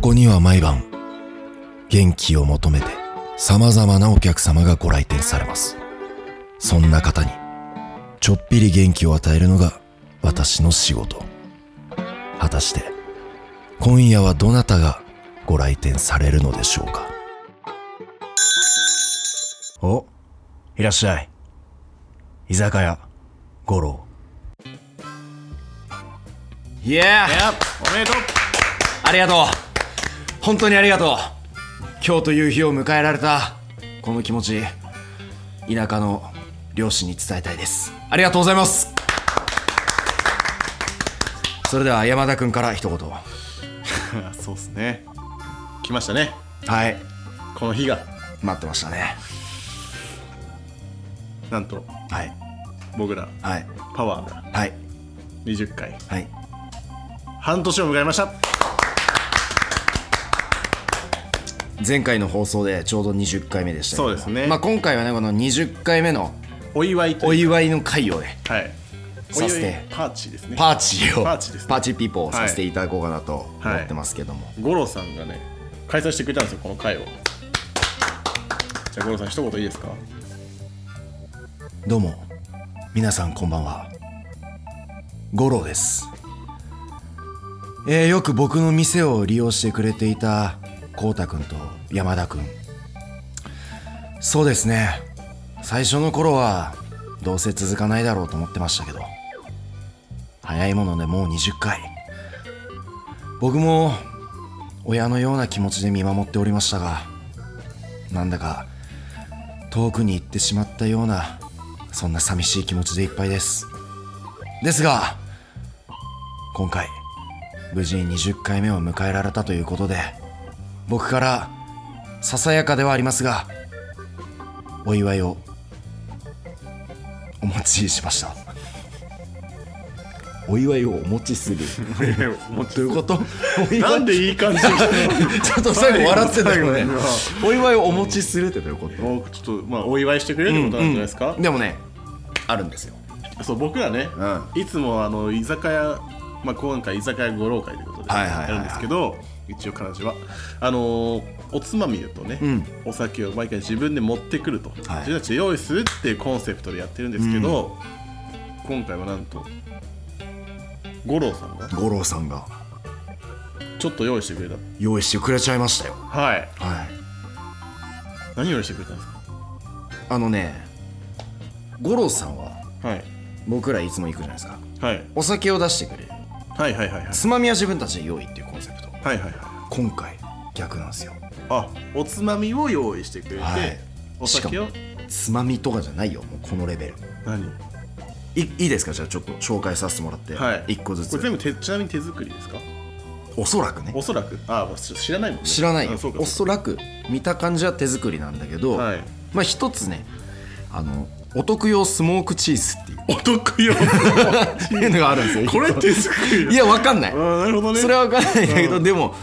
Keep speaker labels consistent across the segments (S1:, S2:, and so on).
S1: こには毎晩、元気を求めて様々なお客様がご来店されます。そんな方に、ちょっぴり元気を与えるのが私の仕事。果たして、今夜はどなたがご来店されるのでしょうかお、いらっしゃい。居酒屋、五郎。
S2: いや
S3: いやおめでとう
S2: ありがとう本当にありがとう今日という日を迎えられたこの気持ち田舎の両親に伝えたいですありがとうございますそれでは山田君から一言は
S3: そうっすね来ましたね
S2: い
S3: この日が
S2: 待ってましたね
S3: なんと
S2: はい
S3: 僕ら
S2: はい
S3: パワーが
S2: はい
S3: 20回
S2: はい
S3: 半年を迎えました
S2: 前回の放送でちょうど20回目でしたけども
S3: そうですね
S2: まあ、今回はねこの20回目の
S3: お祝いと
S2: お
S3: いう
S2: 祝いの会をね
S3: はいお
S2: させ
S3: 祝い
S2: て
S3: パーチですね
S2: パーチを
S3: パーチですね
S2: パーチピーポーをさせていただこうかなと思ってますけども、
S3: 五郎さんがね開催してくれたんですよこの回をじゃあ五郎さん一言いいですか
S1: どうも、
S2: 皆さんこんばんは五郎です、えーよく僕の店を利用してくれていたこうたくんと山田くんそうですね最初の頃はどうせ続かないだろうと思ってましたけど早いものでもう20回僕も親のような気持ちで見守っておりましたがなんだか遠くに行ってしまったようなそんな寂しい気持ちでいっぱいですですが今回無事に20回目を迎えられたということで僕からささやかではありますがお祝いをお持ちしま したお祝いをお持ちする ど ういう ことお祝い
S3: なんでいい感じで来 たの
S2: ちょっと最後笑ってたけどね
S3: 最後は
S2: お祝いをお持ちするってどういうこと
S3: もうちょっとまあお祝いしてくれるってことなんじゃないですか、
S2: でもねあるんですよ
S3: そう僕らね、いつもあの居酒屋、まあ、今回居酒屋五郎会ということで
S2: はいはいはいはい
S3: やるんですけど一応彼女はあのーおつまみとね、
S2: ん
S3: お酒を毎回自分で持ってくると、
S2: はい
S3: 自分たちで用意するっていうコンセプトでやってるんですけど、今回はなんと五郎さんが
S2: 五郎さんが
S3: ちょっと用意してくれた
S2: 用意してくれちゃいましたよ
S3: はい
S2: はい
S3: 何用意してくれたんですか
S2: あのね五郎さんは
S3: はい
S2: 僕らいつも行くじゃないですか
S3: はい
S2: お酒を出してくれる
S3: はいはいはいはい
S2: つまみは自分たちで用意っていうコンセプト
S3: はいはいはい
S2: 今回逆なんですよ
S3: あおつまみを用意してくれて、
S2: はい
S3: お酒を
S2: つまみとかじゃないよもうこのレベル
S3: 何
S2: いいいですかじゃあちょっと紹介させてもらって、
S3: はい
S2: 一個ず
S3: これ全
S2: つ
S3: 部手ちなみに手作りですか
S2: おそらくね
S3: おそらくああ知らないもんね
S2: 知らないよ
S3: あそうか
S2: おそらく見た感じは手作りなんだけど、
S3: はい
S2: まあ一つねあのお得用スモークチー ズっていう
S3: お得よ
S2: っていうのがあるんですよ
S3: これ手作
S2: い
S3: り
S2: やわかんない
S3: あーなるほどね
S2: それはわかんないんだけど
S3: うん
S2: でも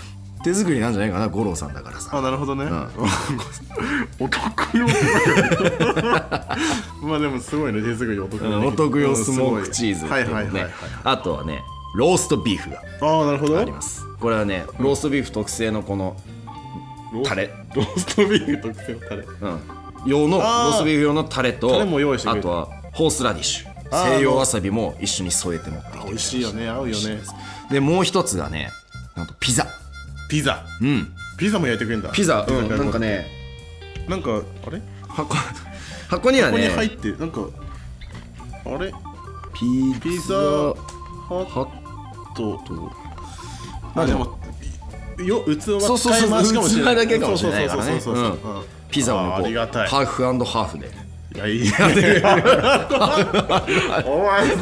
S2: 手作りなんじゃないかな五郎さんだからさ
S3: あなるほどね、 お得よ まあでもすごいね手作りお得、ね
S2: お得用スモークチーズって
S3: はいいうはい
S2: の
S3: はい、は
S2: ね
S3: い、
S2: あとはねローストビーフが
S3: ああなるほど
S2: ありますこれはねローストビーフ特製のこの
S3: ロー
S2: タレ
S3: ローストビーフ特製のタレ
S2: うん用のロ
S3: あ
S2: ー
S3: ー
S2: ストビーフ用のタレと
S3: タレも用意してく
S2: あ
S3: れて
S2: とはホースラディッシュ
S3: あー
S2: 西洋わさびも一緒に添えて持ってきてくれま
S3: 美味
S2: した
S3: しいよね合うよね
S2: でもう一つがねなんとピザ
S3: ピザ
S2: うん
S3: ピザも焼いてくれるんだ
S2: ピザ
S3: 手
S2: うん
S3: 作り
S2: なんかね
S3: なんかあれこ
S2: 箱箱には
S3: こに
S2: ね
S3: 入ってなんかあれ
S2: ピ
S3: ピザ
S2: ザ
S3: ハ
S2: ハッ
S3: ット
S2: ト
S3: まあでもよ器
S2: そう
S3: は
S2: そう
S3: 使
S2: そ
S3: い回
S2: う
S3: しかもしれない
S2: 器だけかもしれないからね
S3: そうそうそうそ
S2: う
S3: うそうんうん
S2: ピザをね
S3: あ
S2: こ
S3: ー
S2: う
S3: ありがたい
S2: ハーフハーフで
S3: いやいいねお前
S2: ハー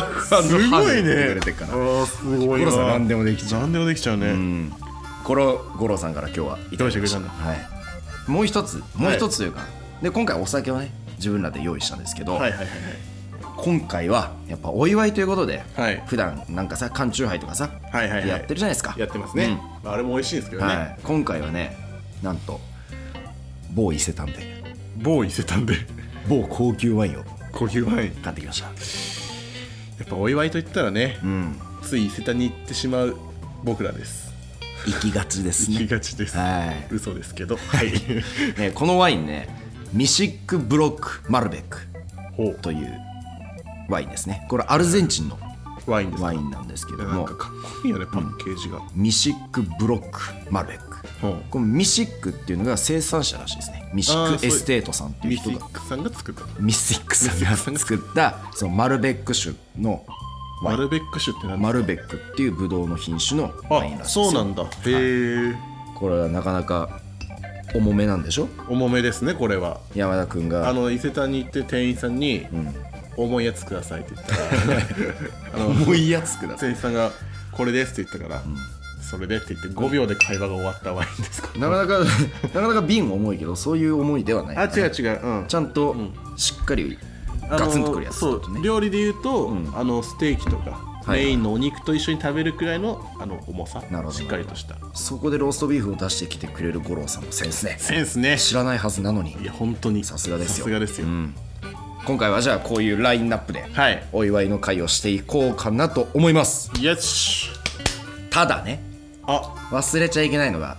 S2: フハ
S3: す
S2: ー
S3: ご
S2: フ
S3: い
S2: で
S3: ね
S2: くれてるから
S3: ああすごい
S2: 五郎さん
S3: わ
S2: 何でもできちゃう
S3: 何でもできちゃうね
S2: これを五郎さんから今日はいただきました
S3: どうしてくれたんだ
S2: はいもう一つもう一つというか、で今回お酒をね自分らで用意したんですけど、
S3: はいはいはい
S2: 今回はやっぱお祝いということで、
S3: はい
S2: 普段なんかさ缶チューハイとかさ、
S3: はいはいはい
S2: やってるじゃないですか
S3: やってますね
S2: うん
S3: まああれも美味しいですけど
S2: は
S3: ね
S2: い、今回はねなんと某伊勢丹で
S3: 某伊勢丹で
S2: 某高級ワインを
S3: 高級ワイン
S2: 買ってきました
S3: やっぱお祝いといったらね
S2: うん
S3: つい伊勢丹に行ってしまう僕らです
S2: 行きがちです
S3: 行き
S2: ね、
S3: がちです、
S2: はい
S3: 嘘ですけどはい
S2: ねこのワインねミシック・ブロック・マルベック
S3: ほう
S2: というワインですねこれアルゼンチンの
S3: ワインですか
S2: ワインなんですけど
S3: なん
S2: も
S3: かかっこいいよねパッケージが、
S2: ミシック・ブロック・マルベック
S3: ほう
S2: このミシックっていうのが生産者らしいですねミシ
S3: あー
S2: ッ
S3: そ
S2: ク
S3: う
S2: エステートさんっていう
S3: ミス
S2: 人
S3: イ
S2: が
S3: ックさんが作った
S2: ミシックさんが作ったそのマルベック酒のワ
S3: マ
S2: イン
S3: ルベック酒って何
S2: マルベックっていうブドウの品種のワインら
S3: あ
S2: しいで
S3: そう
S2: すよ
S3: なんだへえ
S2: これはなかなか重めなんでしょ
S3: 重めですねこれは
S2: 山田君
S3: あ
S2: が
S3: の伊勢丹に行って店員さんに「重いやつください」って言った らあの
S2: 重いやつくださ
S3: 店員さんが「これです」って言ったから「それで」って言って5秒で会話が終わったワインですか
S2: いなかなか なかなか瓶重いけどそういう重いではない
S3: あ違う違ううん
S2: ちゃんとしっかりガツンとくるやつだ
S3: あの
S2: と
S3: そう
S2: ね
S3: 料理で言うと、あのステーキとか
S2: いはい
S3: メインのお肉と一緒に食べるくらいのあの重さ
S2: なるほど
S3: しっかりとした
S2: そこでローストビーフを出してきてくれる五郎さんのセンスね
S3: センスね
S2: 知らないはずなのに
S3: いや本当に
S2: さすがですよ
S3: さすがですよ、
S2: 今回はじゃあこういうラインナップで
S3: はい
S2: お祝いの会をしていこうかなと思います
S3: よし
S2: ただね
S3: あ
S2: 忘れちゃいけないのが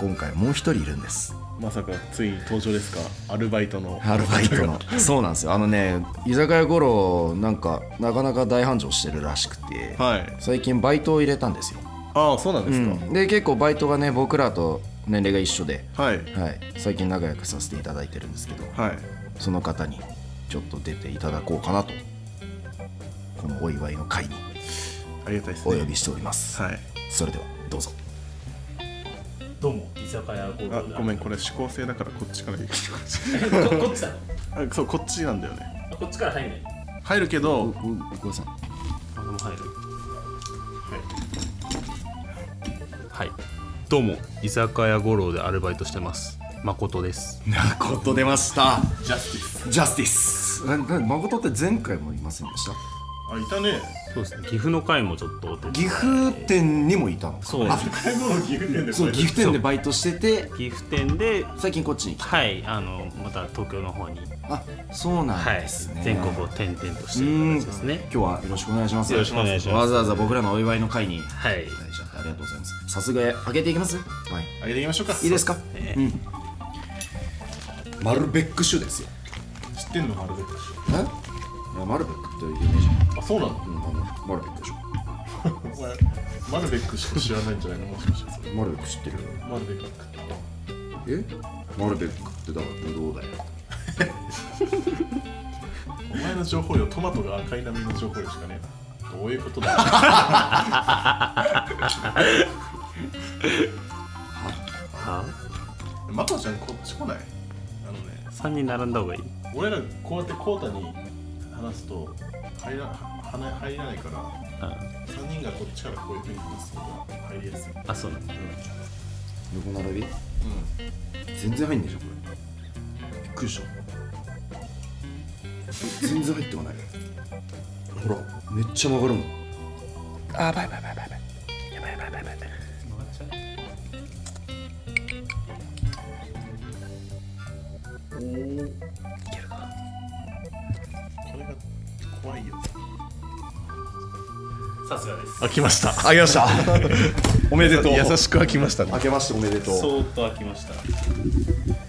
S2: 今回もう一人いるんです
S3: まさかついに登場ですかアルバイトの
S2: アルバイトのそうなんですよあのね居酒屋五郎なんかなかなか大繁盛してるらしくて、
S3: はい
S2: 最近バイトを入れたんですよ、
S3: ああそうなんですか、
S2: で結構バイトがね僕らと年齢が一緒で、
S3: はい
S2: はい、最近仲良くさせていただいてるんですけど
S3: はい
S2: その方にちょっと出ていただこうかなとこのお祝いの会に
S3: ありがたいです
S2: お
S3: ね
S2: 呼びしております、
S3: はい
S2: それではどうぞ
S4: どうも居酒屋ゴールド
S3: あ
S4: だ
S3: ごめんこれ指向性だからこっちから 行く
S4: え ここっちだ
S3: あそうこっちなんだよね
S4: こっちから入んない
S3: 入るけど
S2: おさん
S4: あでも入る
S5: はい。どうも、居酒屋五郎でアルバイトしてます。誠です。
S2: 誠出ました
S3: ジャスティス
S2: ジャスティスなな誠って前回もいませんでした
S3: あい たね
S5: そうですね。岐阜の会もちょっとお手伝い
S2: 岐阜店にもいたの
S5: そうですね。
S3: 最後の岐阜県で
S2: そう岐阜店でバイトしてて
S5: 岐阜店で、
S2: 最近こっちに来た
S5: はい、あの、また東京の方に、
S2: あそうな
S5: は
S2: ん
S5: い
S2: ですね、、
S5: 全国を転々として
S2: う
S5: る
S2: ん
S5: 形ですね。
S2: 今日はよろしくお願いします
S5: よろしくお願いします
S2: わざわざ僕らのお祝いの会にいた
S5: はい。
S2: だいちゃってありがとうございますさすが開けていきますはい
S3: あげていきましょうか
S2: いいですか
S5: ね
S2: マルベック酒ですよ
S3: 知ってんのマルベック
S2: えいやマルベックって有名じゃん
S3: あそうなの
S2: うんあのマルベックでしょ
S3: お前マルベックしか知らないんじゃないのもしかしてそれ
S2: マルベック知ってる
S3: マルベック
S2: えマルベックってだからブドウだよ
S3: お前の情報量トマトが赤い波の情報量しかねえなどういうこと だ
S5: は
S3: マコちゃんこっち来ないあのね
S5: 三人並んだ方がいい。
S3: 俺らこうやってコータに話すと入ら鼻入らないから
S5: あ、
S3: 3人がこっちからこういうふうに話す方が入りやすい
S5: あそうなんだ。
S2: 横並び全然入んねえじゃんこれびっくりした全然入ってこないほらめっちゃ曲がるもん
S3: これが怖いよ
S4: さすがです
S3: 開きました
S2: あげましたおめでとう
S3: 優しく開きましたね
S2: 明けましておめでとう
S4: そーっと開きました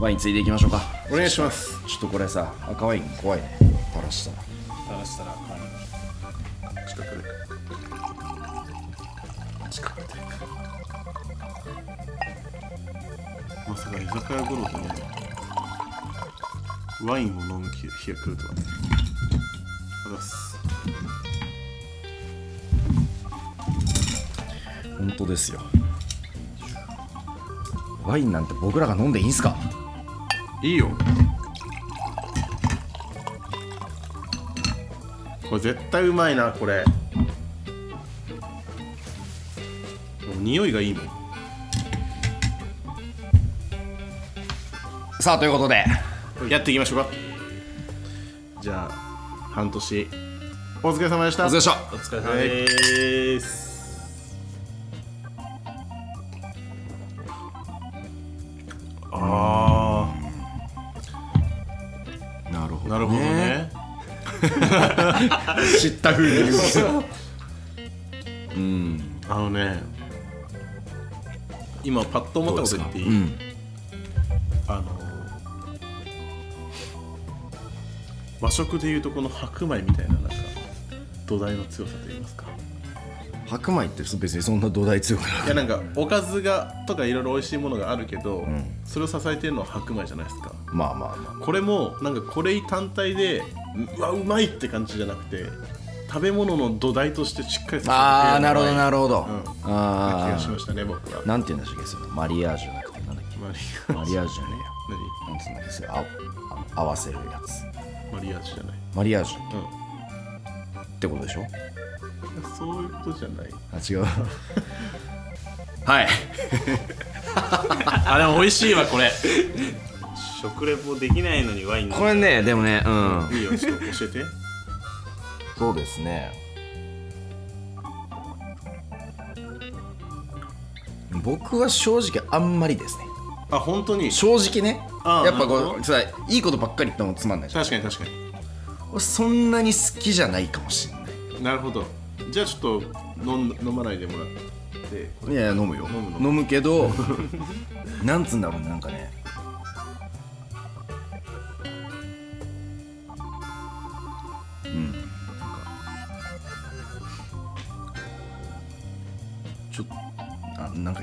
S2: ワインついでいきましょうか
S3: お願いします
S2: ちょっとこれさ赤ワイン怖いね垂らしたら
S4: 垂らしたらあの
S3: 近くで
S2: 近くで
S3: まさか居酒屋五郎とねワインを飲む日日が来るとはねありがとうございます
S2: 本当ですよワインなんて僕らが飲んでいいんすか
S3: いいよこれ絶対うまいなこれ匂いがいいもん
S2: さあということで
S3: やっていきましょうかじゃあ半年お疲れ様でし
S2: お
S3: た
S2: 疲れでした
S4: お疲れ様です、
S3: あ
S2: なるほ
S3: あなるほどね
S2: 知った風に言ううん
S3: あのね今パッと思
S2: ど
S3: っ
S2: うです
S3: たこと言
S2: か
S3: って
S2: う
S3: いい、
S2: ん
S3: あの和食でいうとこの白米みたいななんか土台の強さといいますか
S2: 白米って別にそんな土台強くない
S3: いやなんかおかずがとかいろいろ美味しいものがあるけど、
S2: ん
S3: それを支えてるのは白米じゃないですか
S2: まあまあま
S3: これもなんかこれ単体でううわうまいって感じじゃなくて食べ物の土台としてしっかり支えてる
S2: ああーなるほどな
S3: る
S2: るほど、
S3: うん気
S2: あ
S3: がしま
S2: あ
S3: したね僕は
S2: なんて言うんだっけそのマリアージュじゃなくてなんだっけ
S3: マリア
S2: マリアージュじゃねえ
S3: 何
S2: よなんつうんだっけそれああの合わせるやつ
S3: マリアージュじゃない
S2: マリアージュ
S3: う
S2: ってことでしょ
S3: んそういうことじゃない
S2: あ違うはい
S4: あ、でも美味しいわ、これ。食レポできないのにワイン飲んだ
S6: これねでもねうん
S3: いいよちょっと教えて
S2: そうですね僕は正直あんまりですね
S3: あ本当に
S2: 正直ね
S3: あー
S2: やっぱ
S3: なる
S2: こ
S3: ほ
S2: う
S3: ど
S2: さいいことばっかり言ってもつまんないじゃん
S3: 確かに確かに
S2: 俺そんなに好きじゃないかもしれない
S3: なるほどじゃあちょっと飲ん飲まないでもらって
S2: いやいや飲むよ
S3: 飲むの
S2: 飲むけど なんつうんだろうねなんかねうんなんかちょっとあなんか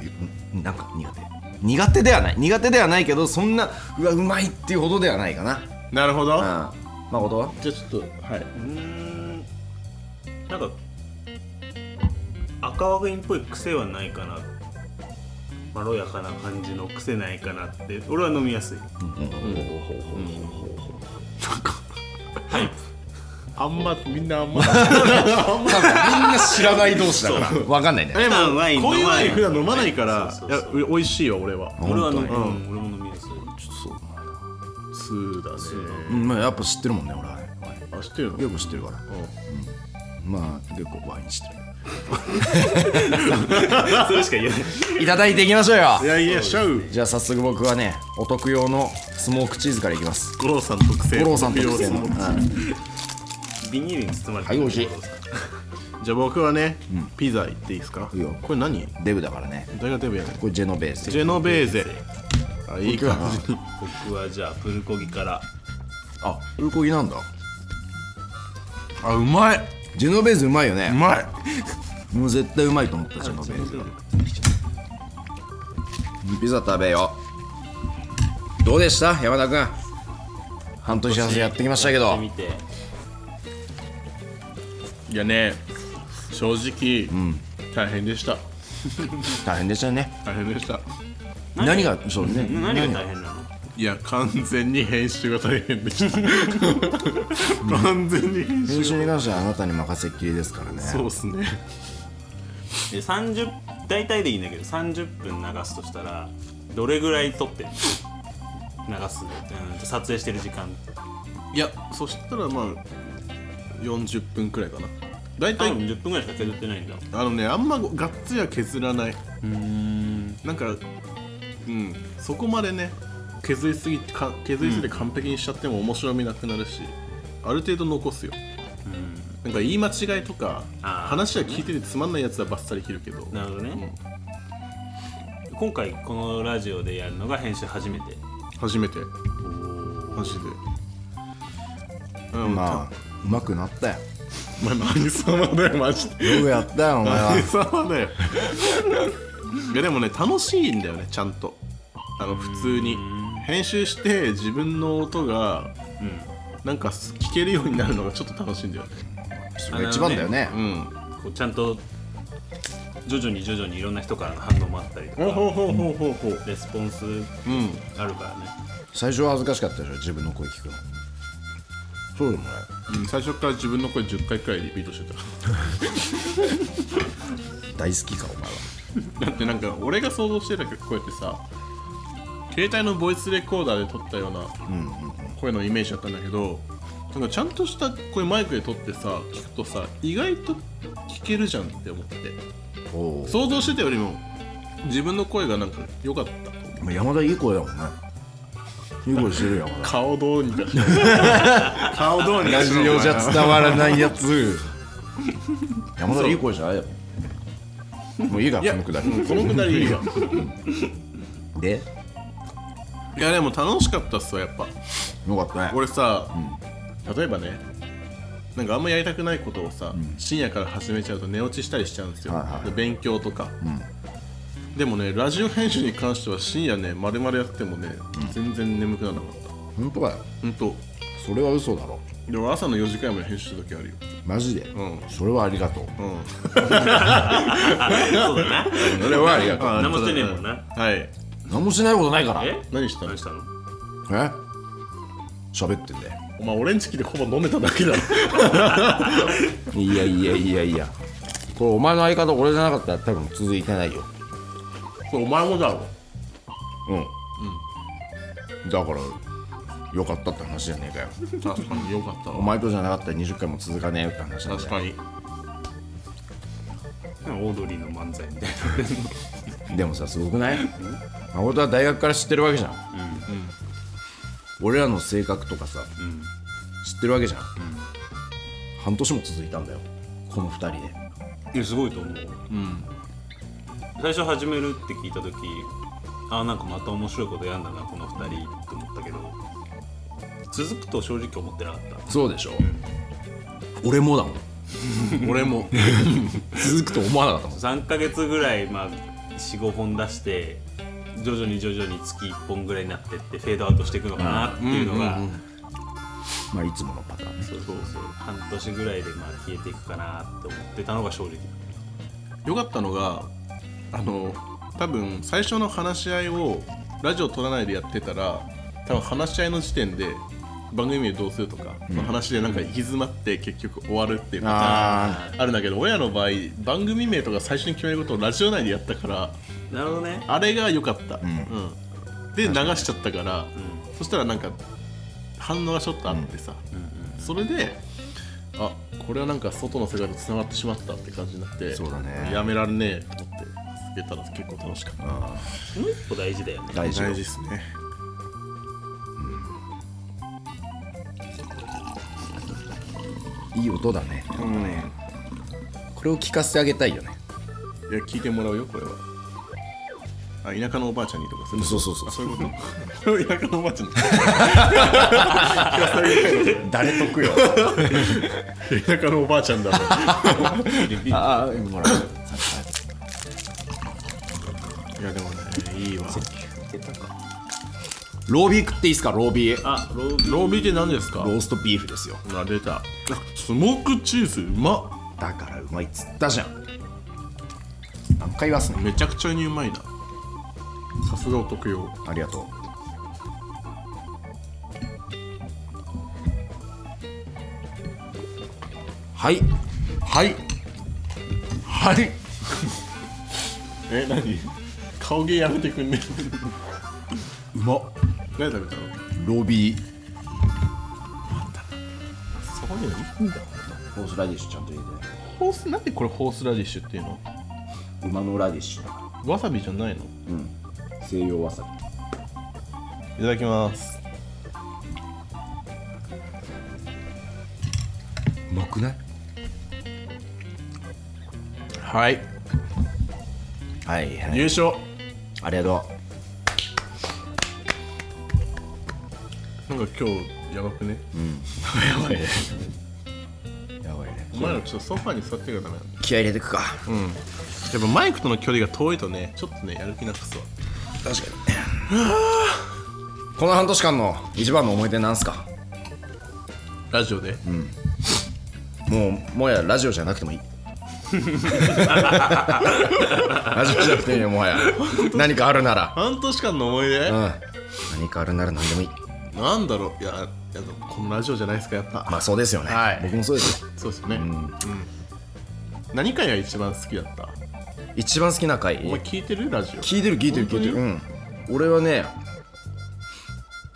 S2: うんなんか苦手苦手ではない苦手ではないけどそんなうわうまいっていうほどではないかな
S3: なるほ
S2: う
S3: ど
S2: ん誠は
S3: じゃあちょっとはいう
S4: ーんなんか赤ワインっぽい癖はないかなまろやかな感じの癖ないかなって俺は飲みやすい
S3: あんまみんなあん
S2: み
S3: ま
S2: んな知らない同士だ から分かんないね
S3: で
S4: 普段ワイン
S3: こういう
S4: 飲ま
S3: ワ
S4: ない
S3: イン普段飲まないから
S4: そ
S3: い
S4: うそう
S3: や
S4: そう
S3: う美味しいよ俺は
S4: 俺は飲
S2: 本
S4: み、
S2: 当
S4: うん、俺も飲みやすい
S2: ちょっとそうだな
S3: 2だ
S2: う
S3: ね
S2: んまあやっぱ知ってるもんね俺は
S3: あ知ってるの
S2: よく知ってるから
S3: うん
S2: まあ結構ワインしてる
S4: それしか言えない
S2: いただいていきましょうよ
S3: いやいやシャウ
S2: じゃあ早速僕はねお得用のスモークチーズからいきます
S3: 五郎さん特製
S2: 五郎さん特製の、
S3: 五
S2: う
S3: 郎
S2: ん
S3: さん
S4: ビニールに包まれて
S2: はい美味しい
S3: じゃあ僕はねピザいっていいですか
S2: いいよ
S3: これ何
S2: デブだからね
S3: 誰がデブやねん
S2: これジェノベーゼ
S3: ジェノベーゼあいい感じに
S4: 僕はじゃあプルコギから
S2: あプルコギなんだ
S3: あうまい
S2: ジェノベーゼうまいよ
S3: う
S2: ね
S3: まい
S2: もう絶対うまいと思ったジェノベーゼピザ食べようどうでした山田君半年半やってきましたけ
S4: や
S2: ど
S4: ってみて
S3: いやね正直大変でした
S2: 大変でしたね
S3: 大変でした
S2: 何がそうね
S4: 何が大変なの
S3: いや完全に編集が大変でした 完全に編集
S2: 編集に関してはあなたに任せっきりですからね
S3: そうっすね
S4: で30大体でいいんだけど30分流すとしたらどれぐらい撮ってるの流すうんと撮影してる時間
S3: いやそしたらまあ40分くらいかな大
S4: 多
S3: 体
S4: 分10分ぐらいしか削ってないんだ
S3: あのねあんまがっつりは削らないなんかうんそこまでね削りすぎてか削りすぎて完璧にしちゃっても面白みなくなるし、ある程度残すよなんか言い間違いとか
S4: あー
S3: 話は聞いててつまんないやつはバッサリ切るけど
S4: なるほどね、今回このラジオでやるのが編集初めて
S3: 初めてマジでうん
S2: まあうまくなったよ
S3: お前 何様だよマジで
S2: よくやったよお前は
S3: 何様だよいやでもね楽しいんだよねちゃんとあの普通に編集して自分の音が、なんか聞けるようになるのがちょっと楽しいんだよね
S2: それが一番だよね
S3: うん
S4: こうちゃんと徐々に徐々にいろんな人からの反応もあったりとか
S3: ほうほうほうほうほう
S4: レスポンス
S3: うん
S4: あるからね
S2: 最初は恥ずかしかったでしょ自分の声聞くのそうでもない
S3: うん最初から自分の声10回くらいリピートして
S2: 大好きかお前は
S3: ただってなんか俺が想像してた声ってさ携帯のボイスレコーダーで撮ったような声のイメージだったんだけどなんかちゃんとした声マイクで撮ってさ聞くとさ意外と聞けるじゃんって思って
S2: お
S3: 想像してたよりも自分の声がなんか良かった
S2: お山田いい声だもんねいうことしてるやんまだ
S3: 顔どうにかして顔どうにか
S2: ラ
S3: し
S2: ジ
S3: ろ
S2: オじゃ伝わらないやつ 山田いい声じゃないよもういいか
S3: いや
S2: このくだり
S3: うんこのくだりいいわ
S2: で
S3: いやでも楽しかったっすわやっぱ
S2: よかったね
S3: 俺さ、例えばねなんかあんまやりたくないことをさ、深夜から始めちゃうと寝落ちしたりしちゃうんですよ、
S2: はいはい
S3: で勉強とか、でもねラジオ編集に関しては深夜ね丸々やってもね、全然眠くならなかった
S2: 本当だよ
S3: ほんと
S2: それは嘘だろ
S3: で俺朝の4時間まで編集した時あるよ
S2: マジで
S3: ん
S2: それはありがとう
S3: うん
S4: そう だな
S2: それはありがと
S4: 何もしてねえもんな
S3: はい
S2: 何もしないことないからえ
S4: え
S3: 何したの
S4: 何したの
S2: 喋ってんだよ
S3: お前俺んちきでほぼ飲めただけだ ろ
S2: いやいやいやいやこれお前の相方俺じゃなかったら多分続いてないよ
S3: これお前も だろ
S2: うんだからよかったって話じゃねえかよ
S3: 確かによかった
S2: お
S3: わ
S2: 前とじゃなかったら20回も続かねえよって話なんだ
S3: 確
S2: よ
S3: かに
S4: オードリーの漫才みたい
S2: でもさすごくない誠は大学から知ってるわけじゃん、俺らの性格とかさ、知ってるわけじゃん、半年も続いたんだよこの2人で
S4: ないやすごいと思う、最初始めるって聞いた時ああなんかまた面白いことやんだなこの2人って思ったけど続くと正直思ってなかった
S2: そうでしょ、俺もだもん
S3: 俺も
S2: 続くと思わなかったもん
S4: 3ヶ月ぐらい、まあ、45本出して徐々に徐々に月1本ぐらいになってってフェードアウトしていくのかなっていうのが、
S2: まあいつものパターン
S4: そうそうそう半年ぐらいでまあ消えていくかなって思ってたのが正直
S3: よかったのがあの多分最初の話し合いをラジオ取らないでやってたら多分話し合いの時点で番組名どうするとか、の話でなんか行き詰まって結局終わるっていうパターンあるんだけど親の場合番組名とか最初に決めることをラジオ内でやったから
S4: なるほどね
S3: あれが良かった、うんで流しちゃったから、そしたらなんか反応がちょっとあってさ、それであこれはなんか外の世界とつながってしまったって感じになって
S2: そうだね
S3: やめられねえと思って続けたら結構楽しかった
S4: もう一歩大事だよね
S2: 大事よ
S3: ですね
S2: いい音だねこれを聞かせてあげたいよね
S3: いや聞いてもらうよこれはあ田舎のおばあちゃんにとかする
S2: そうそうそう
S3: そういうこと 田舎のおばあちゃんに
S2: 誰得よ
S3: 田舎のおばあちゃんだろ
S2: ああほら
S3: いやでもねいいわ
S2: ロービー食っていいですかロービー
S4: あロービ
S3: ロービーって何ですか
S2: ローストビーフですよ
S3: あ出たスモークチーズうまっ
S2: だからうまいっつったじゃん何回言わすね
S3: めちゃくちゃにうまいなさすがお得用
S2: ありがとうはいはいはい
S3: え何顔芸やめてくんね
S2: うまっ
S3: 何食べたの
S2: ロビー
S3: そういうのいいんだ
S2: ホースラディッシュちゃんと入れて
S3: ホースなんでこれホースラディッシュっていうの
S2: 馬のラディッシュだか
S3: わさびじゃないのい
S2: ら西洋わさ
S3: ただきます
S2: びうまくない
S3: はい
S2: はいはい
S3: 優勝
S2: ありがと
S3: なんか今日やばくね
S2: うやばいね
S3: お前らちょっとソファーに座ってるからダメなんだ
S2: 気合い入れてくか
S3: やっぱマイクとの距離が遠いとねちょっとねやる気なくすわ
S2: 確かにこの半年間の一番の思い出なんすか
S3: ラジオで、
S2: もうもはやラジオじゃなくてもいいラジオじゃなくていいよもはや何かあるなら、
S3: 半年間の思い出、
S2: うん、何かあるなら何でもいい
S3: なんだろういやいやこのラジオじゃないですかやっぱ
S2: まあそうですよね、
S3: はい
S2: 僕もそうですよ
S3: そうですよね、うん何回が一番好きだった
S2: 一番好きな回
S3: お前聞いてるラジオ
S2: 聞いてる聞いてる聞いてるうん俺はね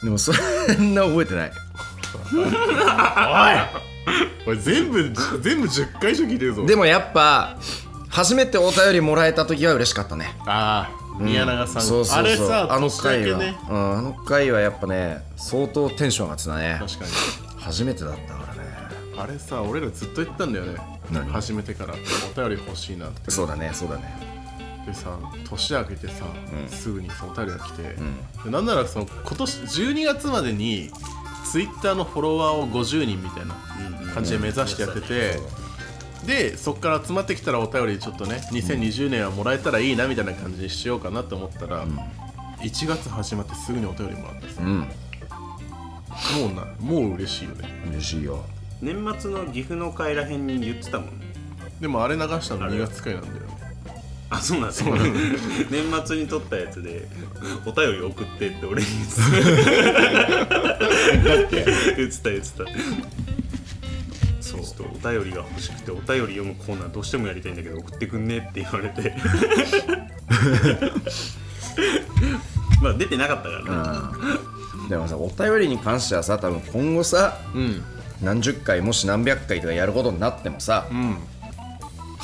S2: でもそんな覚えてない
S3: これ全部全部10回以上聞いてるぞ
S2: でもやっぱ初めてお便りもらえた時は嬉しかったね
S3: ああ宮永さん、
S2: そうそうそう
S3: あれさ
S2: あの
S3: 年だ
S2: 回
S3: け
S2: は、
S3: ね
S2: うん、あの回はやっぱね相当テンション上がってたね
S3: 確かに
S2: 初めてだったからね
S3: あれさ俺らずっと言ったんだよね
S2: 何
S3: 始めてからお便り欲しいなって
S2: そうだねそうだね
S3: でさ年明けてさ、
S2: うん
S3: すぐにそのお便りが来て、
S2: うん
S3: でなんならその今年12月までにツイッターのフォロワーを50人みたいな感じで目指してやってて、でそこから集まってきたらお便りちょっとね2020年はもらえたらいいなみたいな感じにしようかなと思ったら、1月始まってすぐにお便りもらってさ、
S2: うん
S3: もうなもう嬉しいよね
S2: 嬉しいよ
S4: 年末の岐阜の会らへんに言ってたもんね
S3: でもあれ流したの2月くらいなんだよね
S4: あそうなんですよ 年末に撮ったやつで「お便り送って」って俺に言ってた言ってた言ってたそうちょっとお便りが欲しくてお便り読むコーナーどうしてもやりたいんだけど送ってくんねって言われ てまあ出てなかったからね、
S2: うんでもさお便りに関してはさ多分今後さ
S3: うん
S2: 何十回もし何百回とかやることになってもさ
S3: うん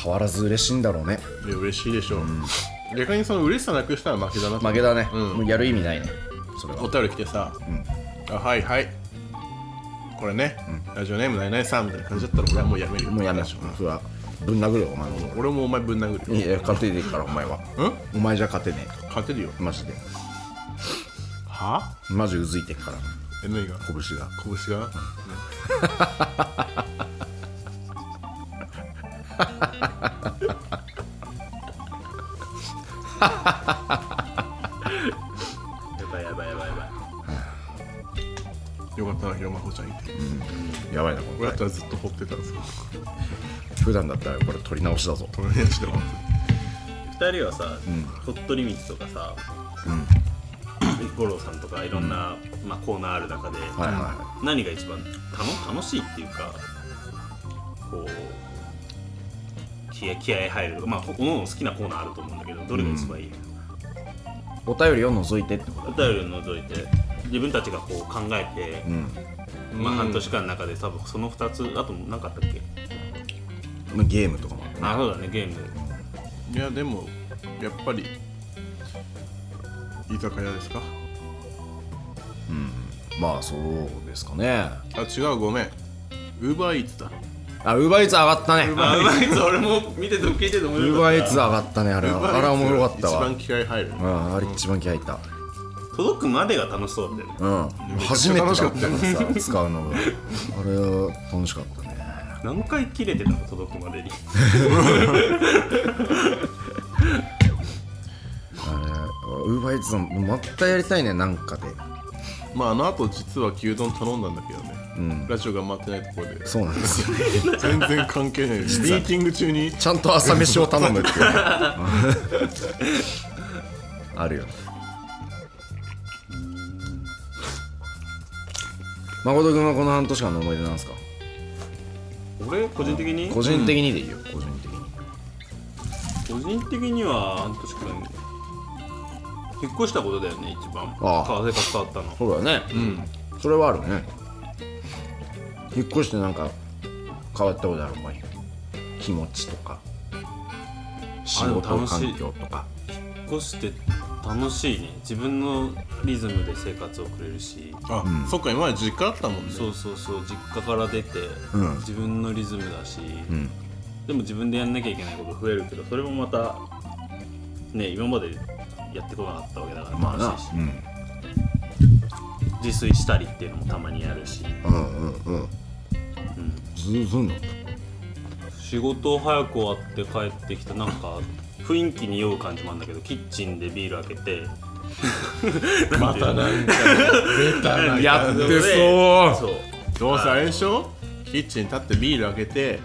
S2: 変わらず嬉しいんだろうね
S3: で嬉しいでしょう、逆にその嬉しさなくしたら負けだなと
S2: 負けだね、
S3: うん
S2: もうやる意味ないねそれは
S3: お便り来てさ、あはいはいこれね、ラジオネームないないさんみたいな感じだったら俺はもうやめるよ
S2: もうやめましょうそれはぶん殴るよお前のこ
S3: 俺もお前ぶん殴
S2: と
S3: る
S2: い
S3: よ
S2: や勝てねえからお前は
S3: うん
S2: お前じゃ勝てねえ
S3: 勝てるよ
S2: マジで
S3: は
S2: マジうずいてっから
S3: え何が
S2: 拳が
S3: 拳が
S4: やばいやばいやばいやばい
S3: よかったなひろまほちゃんいて
S2: やばいなこ
S3: 俺
S2: れ
S3: だったらずっと放ってたんですよ
S2: 普段だったらこれ取り直しだぞ
S3: 俺のやつでも
S4: 二人はさ、ホットリミットとかさ、五郎さんとかいろんな、まあ、コーナーある中で、
S2: はいはいは
S4: 何が一番楽楽しいっていうかこう気合気合入るとかまあおのおの好きなコーナーあると思うんだけどどれが一番いい、
S2: お便りを除いてってこと
S4: お便りを除いて自分たちがこう考えて、まあ、半年間の中で多分その2つあと何かあったっけ、
S2: だゲームとかもある
S4: あそうだねゲーム
S3: いやでもやっぱり居酒屋ですか
S2: まあそうですかね
S3: あ違うごめんウーバーイーツだ
S2: あウーバーイーツ上がったね
S4: あうまいぞ俺も見てて聞いてて面
S2: ウー
S4: 白か
S2: バ
S4: っ
S2: ーイ
S4: た
S2: ーツ上がったねあれはあれは面白かった
S3: 一
S2: わ
S3: 番気合入る
S2: うんあれ一番気合入った
S4: 届くまでが楽しそうだったよね
S2: うん初めてだった からさ使うのがあれは楽しかったね
S4: 何回切れてたの届くまで に
S2: あれウーバーイーツまたやりたいねなんかで
S3: まああの後実は牛丼頼んだんだけどね、ラジオが回ってないところで
S2: そうなんですよ
S3: 全然関 係ないミーティング中に
S2: ちゃんと朝飯を頼むっていう ねあるよ誠君はこの半年間の思い出なんですか
S4: 俺個人的に
S2: 個人的にでいいよ、個人的に
S4: 個人的には半年くらい引っ越したことだよね一番
S2: ああ
S4: 生活変わったの
S2: そうだねうんそれはあるね引っ越してなんか変わったことあるお前気持ちとか仕
S4: あでも
S2: 事
S4: 楽しい
S2: 環境とか
S4: 引っ越して楽しいね自分のリズムで生活を送れるし
S3: あ、そっか今まで実家だったもんね
S4: そうそうそう実家から出て、
S2: うん
S4: 自分のリズムだし、
S2: ん
S4: でも自分でやんなきゃいけないこと増えるけどそれもまたね今までやってこなかったわけだから
S2: まあな
S4: 楽しいし、
S2: うん
S4: 自炊したりっていうのもたまにやるし
S2: うんうんうんずずんの
S4: 仕事を早く終わって帰ってきたなんか雰囲気に酔う感じもあるんだけどキッチンでビール開けてまたなんか出たな
S2: やってそう
S4: そう
S3: どうせあれでしょキッチンに立ってビール開けて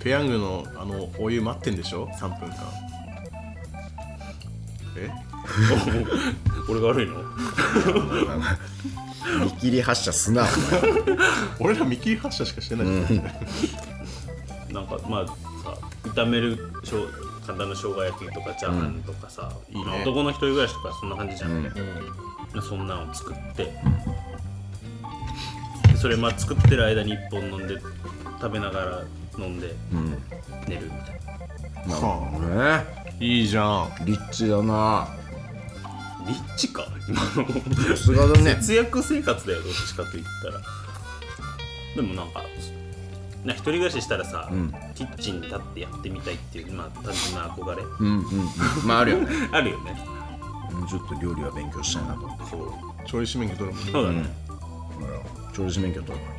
S3: ペヤングのあのお湯待ってんでしょ3分間え
S4: 俺が悪いの
S2: 見切り発車すなお前
S3: 俺ら見切り発車しかしてない、
S4: なんかまあさ炒めるしょう簡単な生姜焼きとかチャーハンとかさ、
S3: いいね
S4: まあ男の一人暮らしとかそんな感じじゃん、そんなの作って、でそれまあ作ってる間に1本飲んで食べながら飲んで、寝るみたいな
S3: は
S2: ね
S3: あいいじゃん
S2: リッチだな
S4: ニッチか今の
S2: さすがだね
S4: 節約生活だよどっちかと言ったらでもなんかな一人暮らししたらさ、
S2: ん
S4: キッチンに立ってやってみたいっていうまあ単純な憧れ
S2: うんうんうんまああるよね
S4: あるよね
S2: ちょっと料理は勉強したいなと思って
S4: そう
S3: 調理師免許取るもんね
S4: そうだね
S2: 調理師免許取るから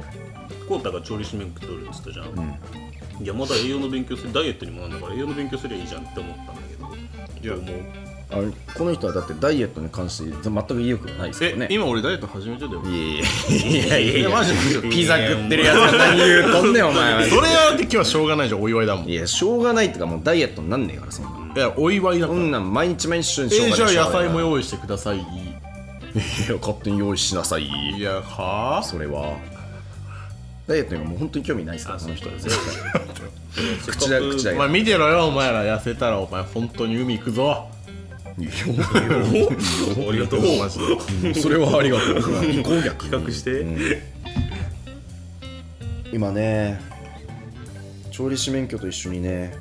S2: ね
S4: 浩太、が調理師免許取るって言ったじゃん、いやまだ栄養の勉強するダイエットにもなんだから栄養の勉強すりゃいいじゃんって思ったんだけど
S3: いや
S4: もう
S2: あれこの人はだってダイエットに関して全く意欲がないですよ
S3: え
S2: ね
S3: 今俺ダイエット始めてたよ
S2: いやいやいやいや
S3: マジで
S2: ピザ食ってるやつが何言うとんねんお前は
S3: それは今日はしょうがないじゃんお祝いだもん
S2: いやしょうがないってかもうダイエットになんねえからそんなの
S3: いやお祝いだか
S2: そ
S3: ら、
S2: んなん毎日毎日一緒にしょう
S3: え
S2: が
S3: じ
S2: な
S3: ゃ
S2: いし
S3: あ
S2: ょう
S3: 野
S2: がない
S3: 菜も用意してくださいい
S2: いや勝手に用意しなさい
S3: やはあ
S2: それはダイエットにはもう本当に興味ないですから
S4: あ
S2: そ
S4: そ
S2: の
S4: の
S2: 人
S4: 人
S2: は
S4: は
S2: 全
S4: 全
S2: 部
S4: 部
S2: 口だ口だ
S3: お
S2: け
S3: 前見てろよお前ら痩せたらお前本当に海行くぞ
S4: ありが とう
S3: マジ で
S2: それはありがとう攻略
S4: 比較して、
S2: 今ね調理師免許と一緒にね